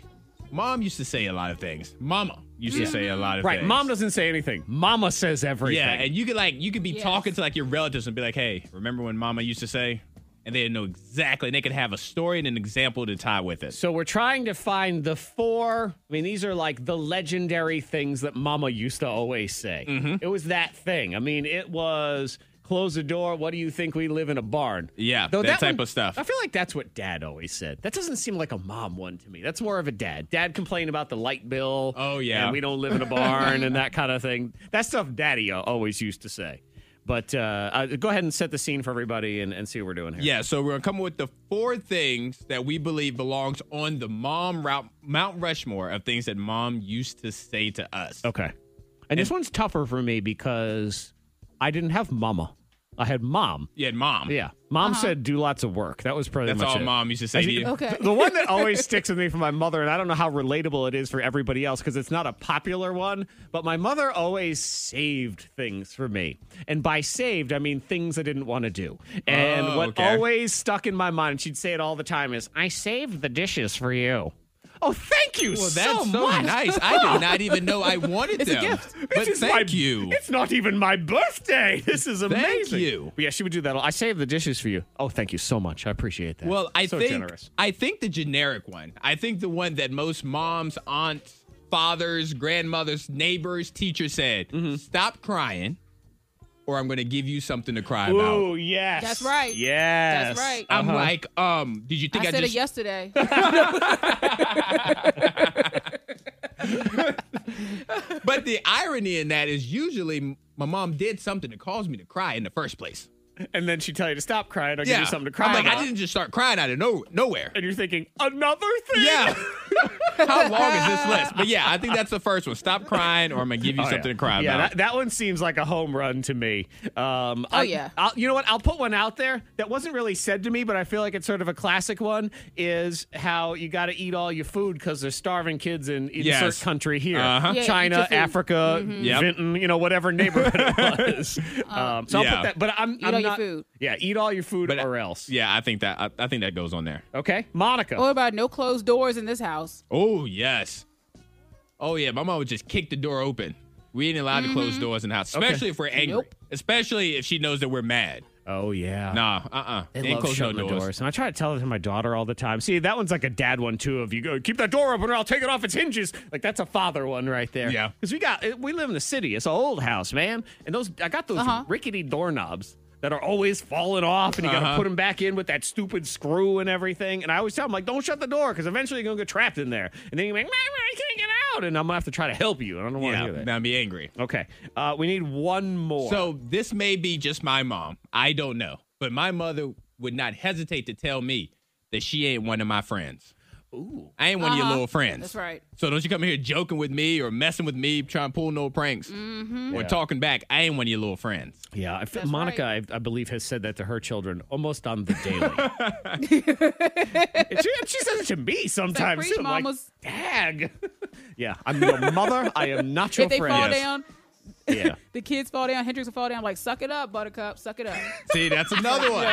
Mom used to say a lot of things. Mama used to say a lot of Mm-hmm. Right. things. Mom doesn't say anything. Mama says everything. Yeah, and you could like you could be talking to like your relatives and be like, "Hey, remember when Mama used to say?" And they know exactly. And they could have a story and an example to tie with it. so we're trying to find the four. I mean, these are like the legendary things that Mama used to always say. Mm-hmm. It was that thing. I mean, it was close the door. What do you think? We live in a barn. Yeah, that type of stuff. I feel like that's what Dad always said. That doesn't seem like a mom one to me. That's more of a dad. Dad complained about the light bill. Oh, yeah. and we don't live in a barn [laughs] and that kind of thing. That stuff Daddy uh, always used to say. But uh, uh, go ahead and set the scene for everybody and, and see what we're doing here. Yeah, so we're gonna come with the four things that we believe belongs on the mom route, Mount Rushmore of things that mom used to say to us. Okay. And this one's tougher for me because I didn't have mama. I had mom. Yeah, mom. Yeah. Mom said do lots of work. That was pretty Uh-huh. that's much all it. mom used to say to you. Okay. The one that always sticks with me for my mother, and I don't know how relatable it is for everybody else because it's not a popular one, but my mother always saved things for me. And by saved, I mean things I didn't want to do. And Oh, what okay. always stuck in my mind, she'd say it all the time, is I saved the dishes for you. Oh, thank you Well, so that's so, much. nice. [laughs] I did not even know I wanted It's a them. gift. But is thank my- you. It's not even my birthday. [laughs] This is amazing. you. But yeah, she would do that. I saved the dishes for you. Oh, thank you so much. I appreciate that. Well, I so think generous. I think the generic one. I think the one that most moms, aunts, fathers, grandmothers, neighbors, teachers said, Mm-hmm. "Stop crying, or I'm going to give you something to cry about." Ooh, Uh-huh. yes. That's right. Yes. That's right. I'm like, um, did you think I I, said just it yesterday. But the irony in that is usually my mom did something that caused me to cry in the first place. And then she tell you to stop crying. I'll give you something to cry I'm like, about. I didn't just start crying out of no, nowhere. And you're thinking, another thing? Yeah. [laughs] How long is this list? But yeah, I think that's the first one. Stop crying, or I'm gonna give you Oh, something yeah. to cry Yeah, about. that, that one seems like a home run to me. Um, Oh, I, yeah. I'll, you know what? I'll put one out there that wasn't really said to me, but I feel like it's sort of a classic one. Is how you got to eat all your food because there's starving kids in Yes. insert country here, Uh-huh. Yeah, eat your China, food. Mm-hmm. Africa, Yep. Vinton, you know, whatever neighborhood [laughs] it was. um, so I'll Yeah. put that. But I'm, I'm Oh. all your not- food. Yeah, eat all your food But- uh, or else. Yeah, I think that I, I think that goes on there. Okay, Monica. what about no closed doors in this house? Oh yes. Oh yeah, my mom would just kick the door open. We ain't allowed to Mm-hmm. close doors in the house, especially if we're angry. Nope. Especially if she knows that we're mad. Oh yeah. Nah, uh, uh They love shutting the doors. And I try to tell it to my daughter all the time. See, that one's like a dad one too. Of you go, keep that door open or I'll take it off its hinges. Like that's a father one right there. Yeah. Because we got we live in the city. It's an old house, man. And those I got those rickety doorknobs that are always falling off, and you Uh-huh. got to put them back in with that stupid screw and everything. And I always tell them like, don't shut the door because eventually you're gonna get trapped in there. And then you're like, "Mama, I can't get out, and I'm gonna have to try to help you. And I don't want to Yeah, hear that. now be angry. Okay, uh, we need one more. So this may be just my mom. I don't know. But my mother would not hesitate to tell me that she ain't one of my friends. Ooh. I ain't one of your little friends. Uh-huh. That's right. So don't you come here joking with me or messing with me, trying to pull no pranks Mm-hmm. or talking back. I ain't one of your little friends. Yeah, I feel, Monica, I, I believe, has said that to her children almost on the [laughs] daily. And she, and she says it to me sometimes. preach, too. I'm like, mamas. dag. [laughs] yeah, I'm your mother. I am not your if they friend. fall down, Yeah. the kids fall down, Hendrix will fall down. Like, suck it up, Buttercup, suck it up. See, [laughs] that's another one.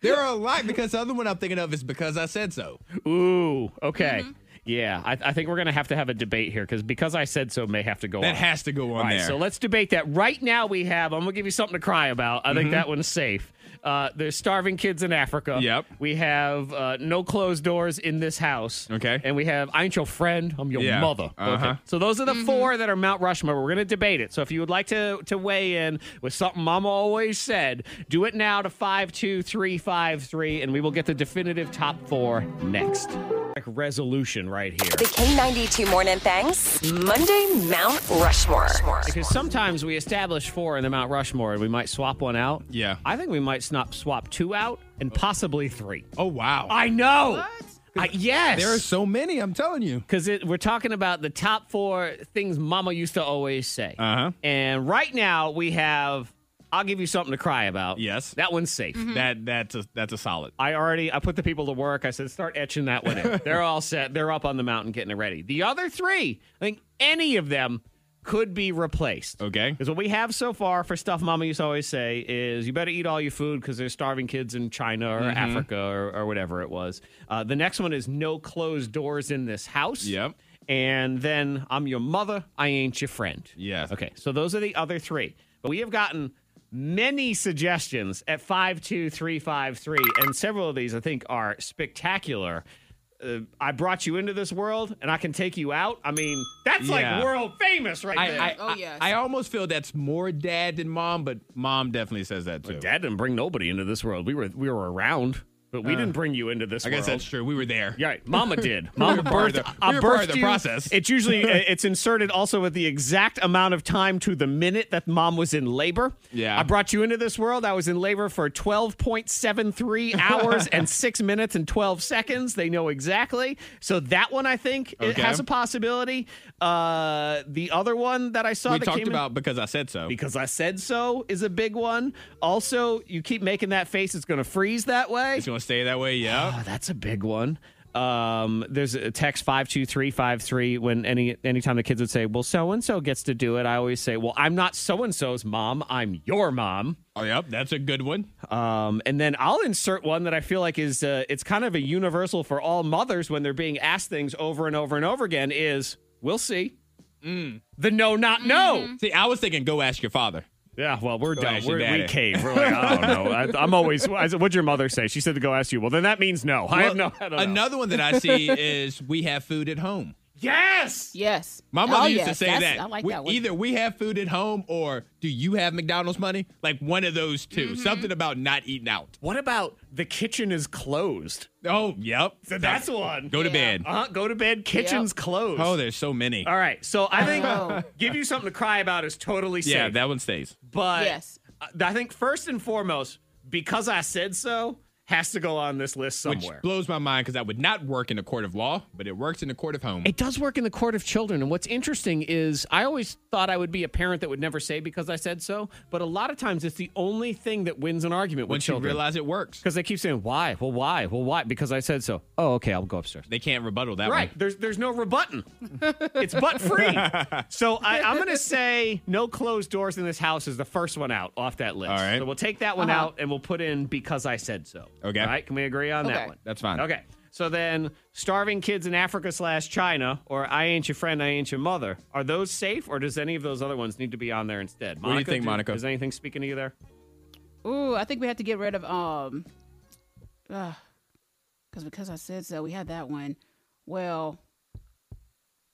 there are a lot because the other one I'm thinking of is because I said so. Ooh. Okay. Mm-hmm. Yeah, I, I think we're gonna have to have a debate here because because I said so may have to go. That on. has to go on All right, there. so let's debate that. Right now, we have. I'm gonna give you something to cry about. I Mm-hmm. think that one's safe. Uh, there's starving kids in Africa. Yep. We have uh, no closed doors in this house. Okay. And we have I ain't your friend. I'm your Yeah. mother. Uh-huh. Okay. So those are the four that are Mount Rushmore. We're gonna debate it. So if you would like to to weigh in with something Mama always said, do it now to five two three five three, and we will get the definitive top four next. Like Resolution right here. The K92 Morning Thanks, Monday Mount Rushmore. Because sometimes we establish four in the Mount Rushmore and we might swap one out. Yeah. I think we might snop, swap two out and possibly three. oh, wow. I know. I, yes. There are so many, I'm telling you. Because we're talking about the top four things Mama used to always say. Uh huh. And right now we have I'll give you something to cry about. Yes. That one's safe. That that's a that's a solid. I already I put the people to work. I said start etching that one [laughs] in. They're all set. They're up on the mountain getting it ready. The other three, I think any of them could be replaced. Okay. Because what we have so far for stuff Mama used to always say is you better eat all your food because there's starving kids in China or Mm-hmm. Africa or, or whatever it was. Uh, the next one is no closed doors in this house. Yep. And then I'm your mother. I ain't your friend. Yes. Okay. So those are the other three. But we have gotten many suggestions at 52353. And several of these I think are spectacular. Uh, I brought you into this world and I can take you out. I mean, that's Yeah. like world famous right I, there. I, Oh, I- yes. I, almost feel that's more dad than mom, but mom definitely says that too. Dad didn't bring nobody into this world. We were we were around, but we didn't bring you into this Uh, I guess world. that's true. We were there. Yeah, right. [laughs] Mama did. Mama were birthed. part of the- I we were birthed part of the you. process. It's [laughs] usually uh, it's inserted also at the exact amount of time to the minute that mom was in labor. Yeah. I brought you into this world. I was in labor for twelve point seven [laughs] three hours and six minutes and twelve seconds. They know exactly. So that one I think it Okay. has a possibility. Uh, the other one that I saw We that talked came in- about because I said so. because I said so is a big one. Also, you keep making that face, it's going to freeze that way. It's gonna stay that way. Yeah. [sighs] Oh, that's a big one. Um, there's a text five two three five three. When any anytime the kids would say, "Well, so and so gets to do it," I always say, "Well, I'm not so and so's mom. I'm your mom." Oh, yep. That's a good one. Um, and then I'll insert one that I feel like is uh, it's kind of a universal for all mothers when they're being asked things over and over and over again. Is we'll see. Mm. The no, not no. See, I was thinking, go ask your father. Yeah, well, we're done. ask your We're, we daddy. cave. We're like, I don't know. I, I'm always. I said, What'd your mother say? She said to go ask you. Well, then that means no. I have no. Well, I don't know. Another one that I [laughs] see is we have food at home. Yes. Yes. My Oh, mother used to yes. say That's- that. I like We- that one. Either we have food at home or do you have McDonald's money? Like one of those 2 Mm-hmm. Something about not eating out. What about the kitchen is closed? Oh, yep. So that's one. Go to bed. Uh, go to bed. Kitchen's closed. Oh, there's so many. All right. So I know. think give you something to cry about is totally safe. yeah, that one stays. But Yes. I- I think first and foremost, because I said so, has to go on this list Which somewhere. blows my mind because that would not work in a court of law, but it works in a court of home. It does work in the court of children. And what's interesting is I always thought I would be a parent that would never say because I said so, but a lot of times it's the only thing that wins an argument with Once you children. realize it works, because they keep saying, why? Well, why? Well, why? Because I said so. Oh, okay, I'll go upstairs. they can't rebuttal that Right. one. There's there's no rebutton. it's butt [laughs] free. So I, I'm going to say no closed doors in this house is the first one out off that list. All right. So we'll take that one out and we'll put in because I said so. Okay. All right. Can we agree on that Okay. one? That's fine. Okay. So then starving kids in Africa slash China or I ain't your friend, I ain't your mother. Are those safe or does any of those other ones need to be on there instead? do you think, Monica? Is anything speaking to you there? Ooh, I think we had to get rid of um, because because I said so. We had that one. Well,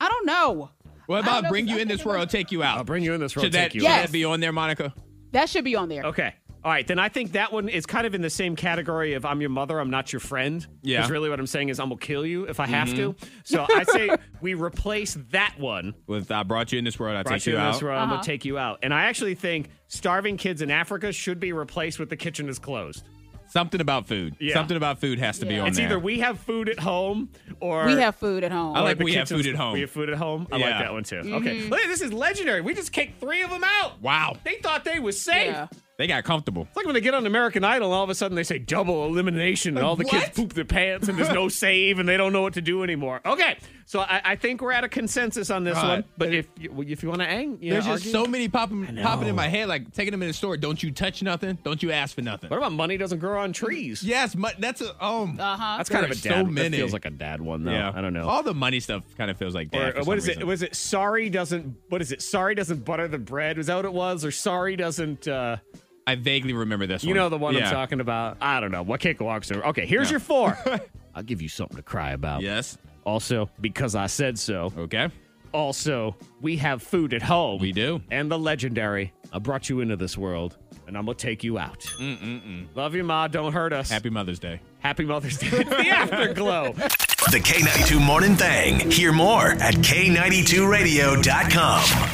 I don't know. What I don't about know bring if you I in think this I- world, take you out? I'll bring you in this room. should that, take you. should Yes. that be on there, Monica? That should be on there. Okay. All right, then I think that one is kind of in the same category of I'm your mother, I'm not your friend. Yeah. Mm-hmm. Because really what I'm saying is I'm going to kill you if I have to. [laughs] So I say we replace that one. With I brought you in this world, I Brought take you you in out. this room, I'm Uh-huh. going to take you out. And I actually think starving kids in Africa should be replaced with the kitchen is closed. Oh, Something about food. Yeah. Something about food has to be Yeah. on it's there. either we have food at home or. We have food at home. I or like the we have kitchen's- food at home. We have food at home. I Yeah. like that one too. Mm-hmm. Okay. Look, this is legendary. We just kicked three of them out. Wow. They thought they was safe. Yeah. They got comfortable. It's like when they get on American Idol, all of a sudden they say double elimination, and all the What? kids poop their pants, and there's no save, and they don't know what to do anymore. Okay, so I, I think we're at a consensus on this God. one. But if you, well, if you want to hang, you There's know, just argue. so many popping popping in know. my head. Like taking them in the store. Don't you touch nothing. Don't you ask for nothing. What about money doesn't grow on trees? Yes, mu- that's a um. Uh huh. that's kind there of a are so dad. that many. feels like a dad one though. yeah, I don't know. All the money stuff kind of feels like Or, that. uh, what is it? Was it sorry doesn't? What is it? Sorry doesn't butter the bread. Was that what it was? Or sorry doesn't? uh I vaguely remember this. You one. know the one Yeah. I'm talking about. I don't know. What can't go on. Okay, here's Yeah. your [laughs] four. I'll give you something to cry about. Yes. Also, because I said so. Okay. Also, we have food at home. We do. And the legendary. I brought you into this world, and I'm gonna take you out. Mm-mm-mm. Love you, ma. Don't hurt us. Happy Mother's Day. Happy Mother's Day. [laughs] It's the afterglow. The K92 Morning Thing. Hear more at K92Radio.com.